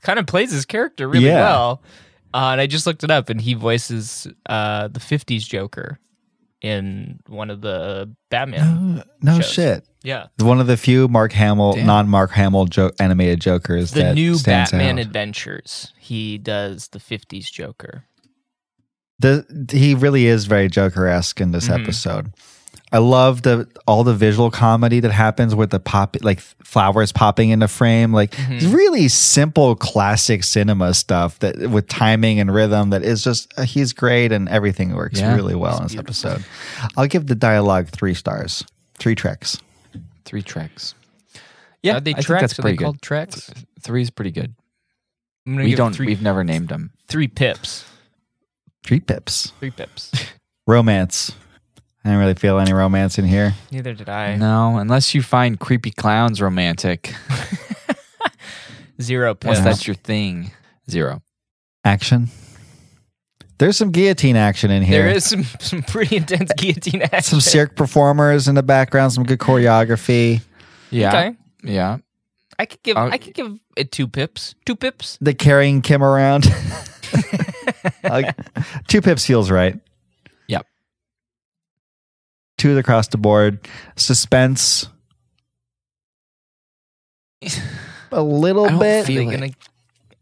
C: kind of plays his character really
A: Yeah.
C: well. Uh, and I just looked it up, and he voices uh, the '50s Joker in one of the Batman.
A: [LAUGHS] no
C: Shows.
A: shit.
C: Yeah,
A: One of the few Mark Hamill,
B: Damn.
A: non Mark Hamill jo- animated Jokers
C: the
A: that
C: new
A: stands
C: Batman
A: out.
C: Adventures. He does the '50s Joker.
A: the he really is very Joker esque in this
C: Mm-hmm.
A: episode. I love the all the visual comedy that happens with the pop like flowers popping into frame, like it's
C: Mm-hmm.
A: really simple classic cinema stuff that with timing and rhythm that is just uh, he's great and everything works
B: Yeah.
A: really well in this episode. I'll give the dialogue three stars, three treks.
B: Three tracks. Yeah,
C: Are they
B: I think
C: treks?
B: that's
C: Are they
B: pretty good.
C: called treks?
B: Th- Three's pretty good.
C: I'm gonna
B: We
C: give
B: don't.
C: three,
B: We've never named them.
C: three pips.
A: Three pips.
C: Three pips.
A: [LAUGHS] Romance. I didn't really feel any romance in here.
C: Neither did I.
B: No, unless you find creepy clowns romantic.
C: Zero pips.
B: Unless that's your thing. Zero.
A: Action. There's some guillotine action in here.
C: There is some some pretty intense guillotine action.
A: some cirque performers in the background, some good choreography.
B: Yeah.
C: Okay.
B: Yeah.
C: I could give
B: I'll-
C: I could give it two pips. Two pips.
A: The carrying Kim around. [LAUGHS] Like, two pips feels right.
B: Yep.
A: Two across the board. Suspense. A little
B: I don't
A: bit.
B: feel
C: They
B: it.
C: gonna-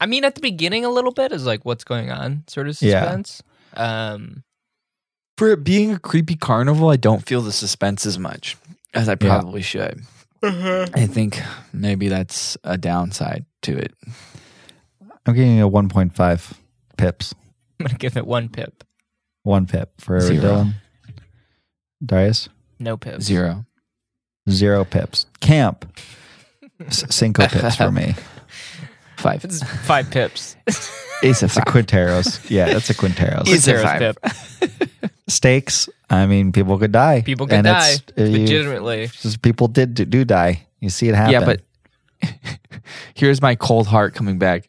C: I mean, at the beginning, a little bit is like what's going on, sort of
A: Yeah.
C: suspense. Um, [LAUGHS]
B: For it being a creepy carnival, I don't feel the suspense as much as I probably should. I think maybe that's a downside to it.
A: I'm getting a 1.5 pips.
C: I'm gonna give it one pip,
A: One pip for
B: Zero.
A: Dylan. Darius?
C: no pips.
B: Zero.
A: Zero pips. Camp. S- cinco pips for me.
B: Five.
C: It's
B: [LAUGHS]
C: five pips.
B: It's a
A: It's a
B: five.
A: Quinteros. Yeah, that's a Quinteros.
B: It's a
C: Zero's
B: five.
C: pip.
A: stakes. I mean, people could die.
C: People could
A: And
C: die
A: it's- uh, you-
C: legitimately.
A: just people did do, do die. You see it happen.
B: Yeah, but [LAUGHS] here's my cold heart coming back.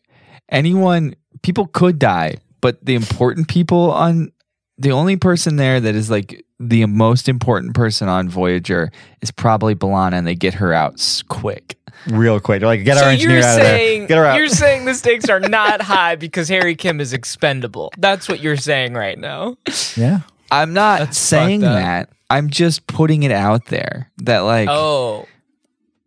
B: Anyone, people could die, but the important people on the only person there that is like the most important person on Voyager is probably Balana, and they get her out s- quick.
A: real quick, they're like, get
C: so
A: our engineer
C: you're
A: out
C: saying
A: of there. Get her out.
C: you're saying the stakes are not high because Harry Kim is expendable. That's what you're saying right now.
A: yeah,
B: I'm not saying
C: fucked up.
B: that. I'm just putting it out there that like
C: Oh,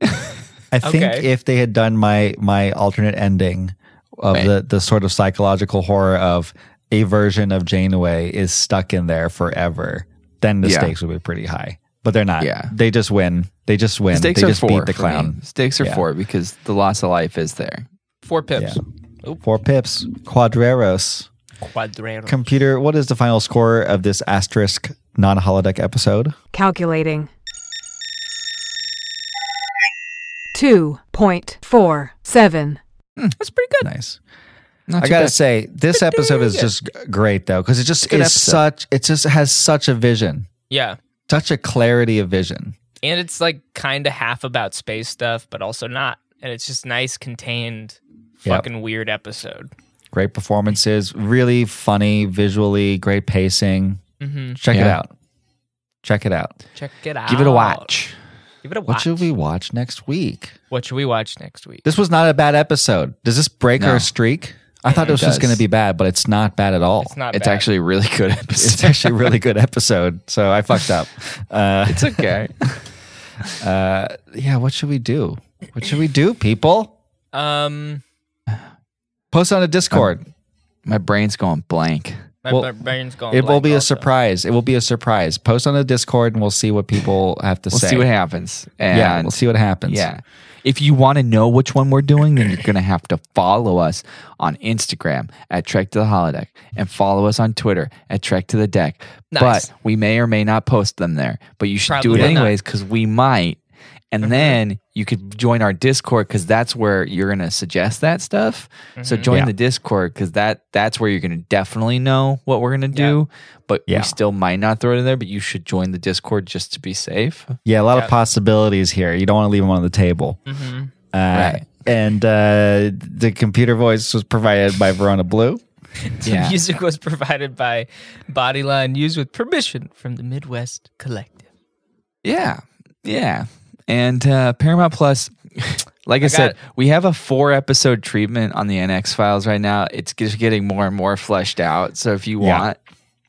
A: I think
C: Okay.
A: if they had done my my alternate ending of
B: Right.
A: the the sort of psychological horror of a version of Janeway is stuck in there forever, then the
B: Yeah.
A: stakes would be pretty high. But they're not.
B: Yeah.
A: They just win. They just win.
B: stakes
A: they
B: are
A: just
B: four.
A: beat the
B: for
A: clown.
B: me. Stakes are
A: Yeah.
B: four because the loss of life is there.
C: four pips.
A: Yeah. Four pips. Quadreros.
C: Quadrero.
A: Computer, what is the final score of this asterisk non holodeck episode?
J: Calculating. 2.47.
C: That's pretty good.
A: Nice.
B: Not
A: I
B: too
A: gotta
B: bad.
A: say, this episode is just g- great though, because it just
B: good
A: is
B: episode.
A: such. It just has such a vision,
C: Yeah.
A: such a clarity of vision.
C: and it's like kind of half about space stuff, but also not. And it's just nice, contained,
A: Yep.
C: fucking weird episode.
A: Great performances, really funny visually, great pacing. Check it
B: Yeah.
A: out. Check it out.
C: Check it out.
B: give it a watch.
C: Give it a watch.
A: What should we watch next week?
C: What should we watch next week?
A: This was not a bad episode. Does this break
B: No.
A: our streak? I thought
B: it
A: it was just
B: does.
A: going to be bad, but it's not bad at all.
C: It's not.
B: It's
C: bad.
B: actually a really good episode.
A: It's actually a really good episode. So I fucked
B: [LAUGHS]
A: up. Uh,
B: it's [LAUGHS] okay.
A: yeah, what should we do? What should we do, people?
C: Um.
A: Post on a Discord.
B: My brain's going blank.
C: My
A: Well,
C: bra- brain's going.
A: It will
C: blank
A: be a
C: also.
A: surprise. It will be a surprise. Post on the Discord and we'll see what people have to
B: We'll
A: say.
B: see what happens. And
A: yeah, we'll see what happens.
B: Yeah. If you want to know which one we're doing, then you're going to have to follow us on Instagram at Trek to the Holodeck and follow us on Twitter at Trek to the Deck.
C: Nice.
B: But we may or may not post them there, but you should do
C: Probably
B: it
C: not.
B: anyways because we might. And then you could join our Discord because that's where you're going to suggest that stuff. So
A: Mm-hmm.
B: join
A: Yeah.
B: the Discord because that that's where you're going to definitely know what we're going to do. But
A: Yeah.
B: we still might not throw it in there, but you should join the Discord just to
A: [LAUGHS]
B: be safe.
A: Yeah, a lot of possibilities here. You don't want to leave them on the table. Uh,
B: Right.
A: And uh, the computer voice was provided by Verona Blue.
B: Yeah.
I: Music was provided by Bodyline, used with permission from the Midwest Collective.
B: Yeah. Yeah. And uh, Paramount Plus, [LAUGHS] like I,
C: I
B: said,
C: got-
B: we have a four episode treatment on the NX files right now. It's just getting more and more fleshed out. So if you
A: Yeah.
B: want,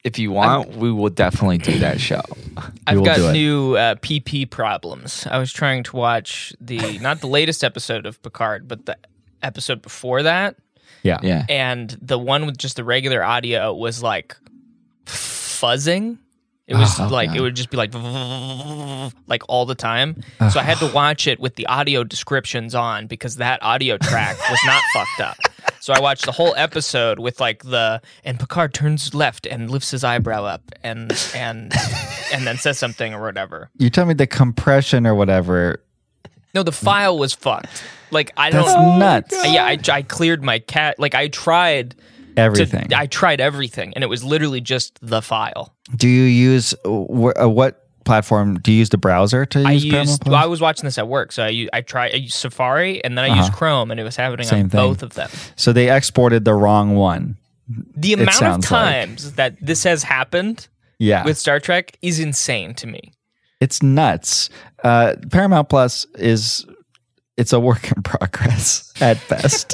B: if you want, we will definitely do that show. [LAUGHS]
A: We
C: I've
A: will do it.
C: got new uh, PP problems. I was trying to watch the not the latest episode of Picard, but the episode before that,
A: Yeah.
B: Yeah.
C: and the one with just the regular audio was like fuzzing. It was
B: Oh,
C: like
B: God.
C: it would just be like like all the time. So I had to watch it with the audio descriptions on because that audio track was not fucked up. So I watched the whole episode with like the and Picard turns left and lifts his eyebrow up and and and then says something or whatever.
A: You tell me the compression or whatever.
C: No, the file was fucked. Like I
A: That's
C: don't
A: nuts.
C: Yeah, Oh I, I cleared my cat. Like I tried
A: Everything.
C: to, I tried everything, and it was literally just the file.
A: do you use uh, wh- uh, what platform? Do you use the browser to use
C: I
A: Paramount
C: used.
A: Plus?
C: Well, I was watching this at work, so I u- I tried I used Safari and then I used Chrome, and it was happening
A: Uh-huh. Same
C: on
A: thing.
C: both of them.
A: so they exported the wrong one.
C: The amount of
A: sounds like.
C: times that this has happened
A: Yeah.
C: with Star Trek is insane to me.
A: it's nuts. Uh, Paramount Plus is it's a work in [LAUGHS] progress at
C: [LAUGHS]
A: best.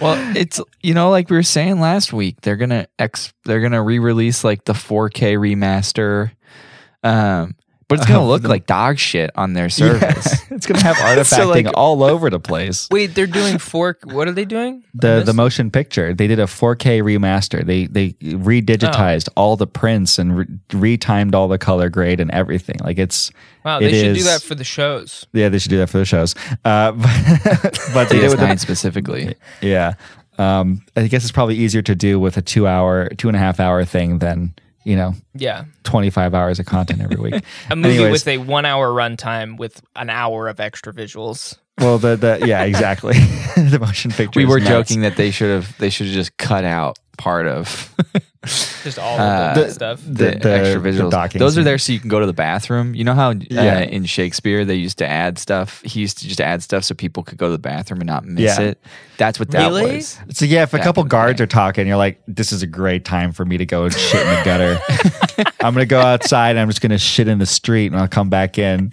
B: Well, it's you know, like we were saying last week, they're gonna ex they're gonna re release like the four K remaster. Um but
A: [LAUGHS]
B: it's gonna look like dog shit on their service.
A: it's going to
C: [LAUGHS]
A: have artifacting
B: like-
A: all over the place.
C: Wait, they're doing fork. What are they doing?
A: the the motion picture. They did a 4K remaster. They they redigitized
C: Oh.
A: all the prints and re- retimed all the color grade and everything. Like it's
C: Wow, they
A: it
C: should do
A: is-
C: that for the shows.
A: yeah they should do that for the shows. Uh, [LAUGHS] but, but [LAUGHS] they did with the-
B: DS9 specifically.
A: yeah. Um, I guess it's probably easier to do with a two hour, two and a half hour thing than you know
C: Yeah,
A: twenty five hours of content every
B: [LAUGHS]
A: week.
C: a movie
A: Anyways.
C: with a one-hour runtime with an hour of extra visuals.
A: Well, the the
B: [LAUGHS]
A: yeah exactly [LAUGHS] the motion picture.
B: We
A: is
B: were
A: nuts.
B: joking that they should have they should have just cut out
A: [LAUGHS]
B: part of
C: Just all of that
A: The-
C: stuff.
B: the,
A: The- the-
B: extra
A: the
B: visuals.
A: docking
B: Those are
A: scene.
B: there so you can go to the bathroom. You know how uh,
A: Yeah.
B: in Shakespeare they used to add stuff. He used to just add stuff so people could go to the bathroom and not miss
A: Yeah.
B: it. That's what that
C: Really?
B: was.
A: So yeah, if a
B: Back
A: couple
B: in the
A: guards
B: day.
A: are talking, you're like, "This is a great time for me to go and shit in the gutter. [LAUGHS] I'm gonna go outside. and I'm just gonna shit in the street, and I'll come back
B: [LAUGHS]
A: in."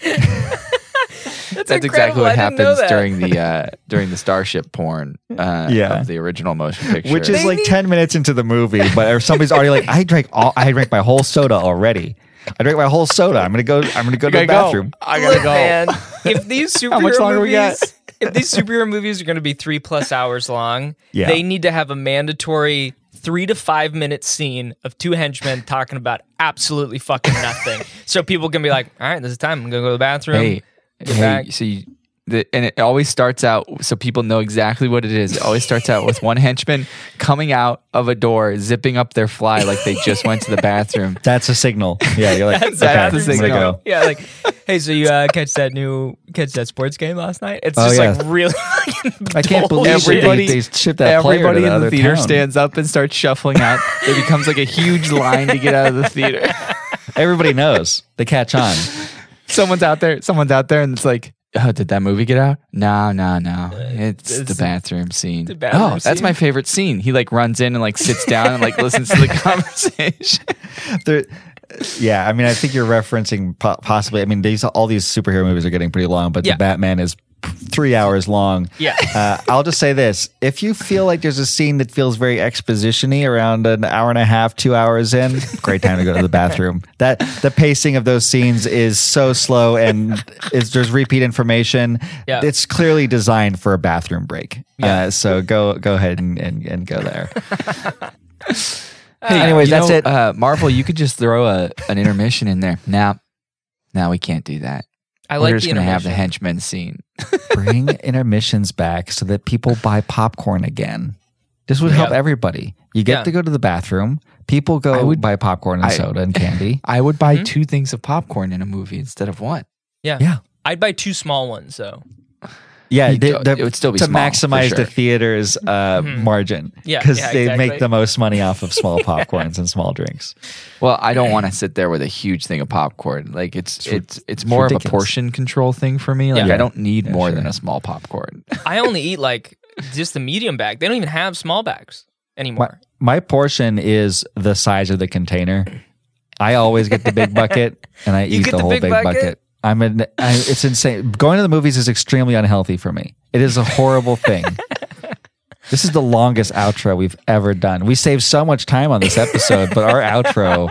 B: That's,
C: incredible.
B: exactly what
C: I didn't know
B: happens
C: that.
B: during the
C: [LAUGHS]
B: uh, during the starship porn uh,
A: Yeah.
B: of the original motion picture.
A: Which is like ten minutes into the movie, but or somebody's already like, "I drank all. I drank my whole soda already. I drank my whole soda. I'm gonna go. I'm gonna go to the
B: I gotta
A: bathroom."
B: Go. I gotta
C: Look,
A: Oh.
B: go.
C: man,
A: [LAUGHS]
C: if these superhero
B: much longer we got?
C: movies, if these superhero movies are going to be three plus hours long,
A: Yeah.
C: they need to have a mandatory three to five minute scene of two henchmen talking about absolutely fucking
A: [LAUGHS]
C: nothing, so people can be like, "All right, this is time. I'm gonna go to the
A: Um,
C: bathroom."
B: Hey,
C: Get
B: hey,
C: back.
B: so you, the, and it always starts out so people know exactly what it is. It always starts out with one henchman coming out of a door, zipping up their fly like they just went to the bathroom.
A: That's a signal. Yeah, you're
B: [LAUGHS]
A: like,
C: That's
A: okay,
C: a
B: bathroom
A: I'm gonna
B: signal.
A: go.
C: Yeah, like, hey, so you uh, catch that new catch that sports game last night? It's
A: Oh,
C: just
A: yeah.
C: like really. [LAUGHS] fucking
A: I can't
C: dull
A: believe everybody
B: Everybody-
A: they, they shipped that player
B: Everybody
A: to
B: in the
A: other
B: theater
A: town.
B: stands up and starts shuffling out. It becomes like a huge line to get out of the theater. [LAUGHS]
A: Everybody knows they catch [LAUGHS] on.
B: Someone's out there. Someone's out there, and it's like, oh, did that movie get out? No, no, no. Uh, It's, the bathroom scene.
C: bathroom
B: oh, that's my favorite scene. He like runs in and like sits down and like listens to the [LAUGHS] conversation.
A: There- yeah, I mean, I think you're referencing po- possibly. I mean, these all these superhero movies are getting pretty long, but
C: Yeah.
A: the Batman is p- three hours long.
C: Yeah.
A: uh, I'll just say this: if you feel like there's a scene that feels very expositiony around an hour and a half, two hours in, great time to go to the bathroom. That the pacing of those scenes is so slow, and is there's repeat information.
C: Yeah.
A: it's clearly designed for a bathroom break. Uh, so go go ahead and, and, and go there.
B: Hey,
A: Anyways,
B: you
A: that's
B: know,
A: it.
B: Uh, Marvel, you could just throw a, an intermission in there. Now, now we can't do that.
C: I
B: We're
C: like
B: just
C: the
B: gonna have the
C: intermission.
B: henchman scene.
A: Bring [LAUGHS] intermissions back so that people buy popcorn again. This would help everybody. You get
C: Yeah.
A: to go to the bathroom. People go
B: I would-
A: buy popcorn and
B: I-
A: soda and [LAUGHS] candy.
B: I would
C: Hmm?
B: buy two things of popcorn in a movie instead of one.
C: Yeah.
A: Yeah.
C: I'd buy two small ones though.
A: Yeah,
B: You
A: they-
B: don't-
A: they-
B: it would still be
A: to
B: small, for
A: maximize
B: sure.
A: the theater's uh, margin.
C: Yeah,
A: because
C: yeah,
A: they
C: exactly.
A: make the most money off of [LAUGHS] small popcorns and small drinks.
B: Well, I don't
C: [CLEARS THROAT]
B: want to sit there with a huge thing of popcorn. Like it's it's it's, more of a
A: ridiculous.
B: portion control thing for me. Like
C: Yeah.
B: I don't need more
A: sure.
B: than a small popcorn. [LAUGHS]
C: I only eat like just the medium bag. They don't even have small bags
A: My,
C: anymore.
A: my portion is the size of the container. I always get the big bucket and I
C: You
A: eat
C: get
A: the
C: the
A: whole
C: big
A: big,
C: bucket?
A: bucket. I'm an, I, it's insane. Going to the movies is extremely unhealthy for me. It is a horrible thing. this is the longest outro we've ever done. We saved so much time on this episode, but our outro,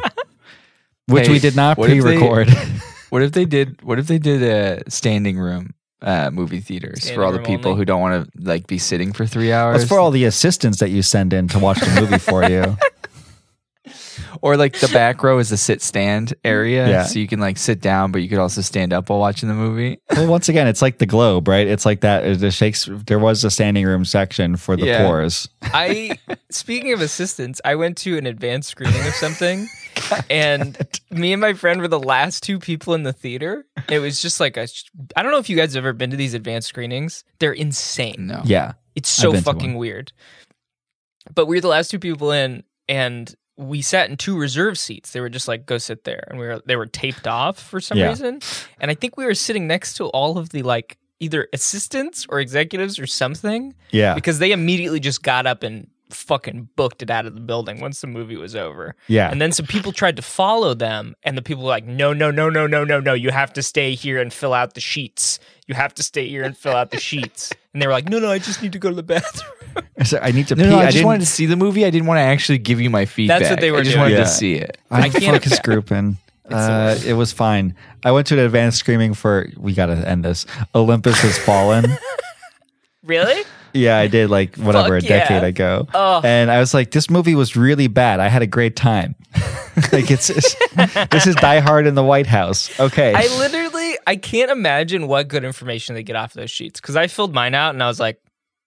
A: which
B: Hey,
A: we did not
B: what if they- [LAUGHS]
A: pre-record.
B: What if they did? What if they did a standing room uh, movie theaters
C: Standing
B: for all the
C: room
B: people
C: only.
B: who don't want to like be sitting for three hours?
A: That's for all the assistants that you send in to watch the movie for you.
B: or like the back row is the sit stand area,
A: Yeah.
B: so you can like sit down, but you could also stand up while watching the movie.
A: Well, once again, it's like the globe, right? It's like that. The Shakespeare. There was a standing room section for the
B: Yeah.
A: pores.
C: I speaking of assistants, I went to an advanced screening of something and me and my friend were the last two people in the theater. It was just like a I don't know if you guys have ever been to these advanced screenings. They're insane.
B: No,
A: [LAUGHS] Yeah.
C: It's
A: I've
C: so
A: been to
C: fucking
A: one.
C: weird. But we were the last two people in, and we sat in two reserve seats. They were just like, "Go sit there," and we were they were taped off for some
A: Yeah.
C: reason. And I think we were sitting next to all of the like either assistants or executives or something
A: Yeah.
C: because they immediately just got up and fucking booked it out of the building once the movie was over.
A: Yeah.
C: And then some people tried to follow them, and the people were like, no, no, no, no, no, no, no. You have to stay here and fill out the sheets. You have to stay here and fill out the sheets. And they were like, no, no, I just need to go to the bathroom.
A: [LAUGHS] So I need to
B: no,
A: pee.
B: no, I,
A: I,
B: just
A: didn't,
B: wanted to see the movie. I didn't want to actually give you my feedback.
C: what they were
B: I just
C: doing.
B: wanted
A: Yeah.
B: to see it.
A: I'm
C: I can't-
A: focus [LAUGHS] grouping. Uh, it was fine. I went to an advanced screaming for. We got to end this. Olympus has fallen. [LAUGHS]
C: Really?
A: yeah, I did like whatever
C: Fuck
A: a
C: yeah.
A: decade ago,
C: Oh.
A: and I was like, this movie was really bad. I had a great time. [LAUGHS] like it's, it's- this is Die Hard in the White House. Okay.
C: I literally, I can't imagine what good information they get off those sheets because I filled mine out and I was like,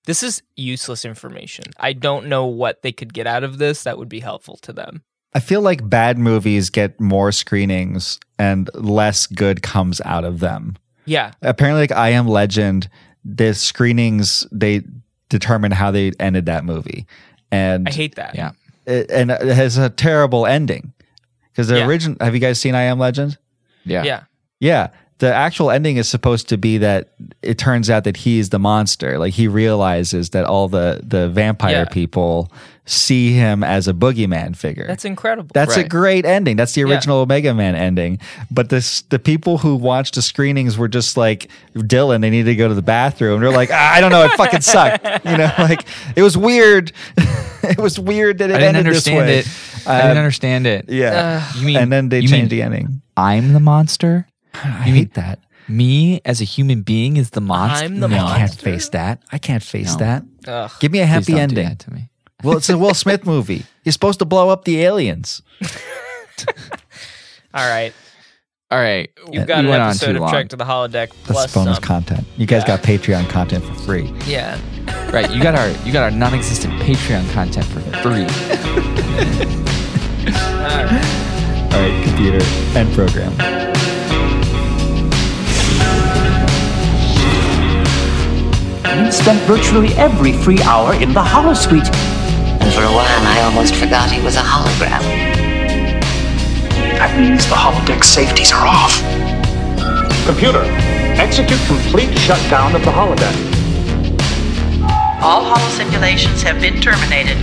C: this is useless information. I don't know what they could get out of this that would be helpful to them.
A: I feel like bad movies get more screenings and less good comes out of them.
C: Yeah.
A: Apparently, like I Am Legend, the screenings they determine how they ended that movie, and
C: I hate that.
B: Yeah.
A: it, and it has a terrible ending because the
C: Yeah.
A: origin. Have you guys seen I Am Legend?
B: Yeah.
C: Yeah.
A: Yeah, the actual ending is supposed to be that it turns out that he's the monster. Like he realizes that all the the vampire
C: Yeah.
A: people see him as a boogeyman figure.
C: That's incredible.
A: That's a
B: Right.
A: great ending. That's the
C: Yeah.
A: original Mega Man ending. But this, the people who watched the screenings were just like Dylan. They needed to go to the bathroom. They're like, "Ah, I don't know. It fucking sucked. [LAUGHS] You know, like it was weird. [LAUGHS] it was weird that it
B: I didn't
A: ended this
B: understand
A: way. Um,
B: it. I didn't understand it.
A: Yeah.
B: You mean
A: and then they
B: you
A: changed
B: mean
A: the ending.
B: I'm the monster.
A: I hate that.
B: Me as a human being is the monster.
C: I'm the
A: No, I can't
C: monster.
A: face that. I can't face
B: No.
A: that.
C: Ugh.
A: Give me a
B: Please
A: happy
B: don't do
A: ending.
B: that to me.
A: well, it's a Will
B: [LAUGHS]
A: Smith movie. You're supposed to blow up the aliens.
C: All right.
B: All right,
C: You've got
B: we
C: an
B: Uh, went on
C: episode
B: too
C: of
B: long.
C: Trek to the Holodeck
A: That's
C: plus
A: bonus
C: some.
A: content. You guys got Patreon content for free.
C: Yeah.
B: Right, you got our you got our non-existent Patreon content for free.
A: All right, computer and program.
L: You've spent virtually every free hour in the holosuite.
K: And for a while, I almost forgot he was a hologram.
F: That means the holodeck safeties are off.
E: Computer, execute complete shutdown of the holodeck.
L: All holo simulations have been terminated.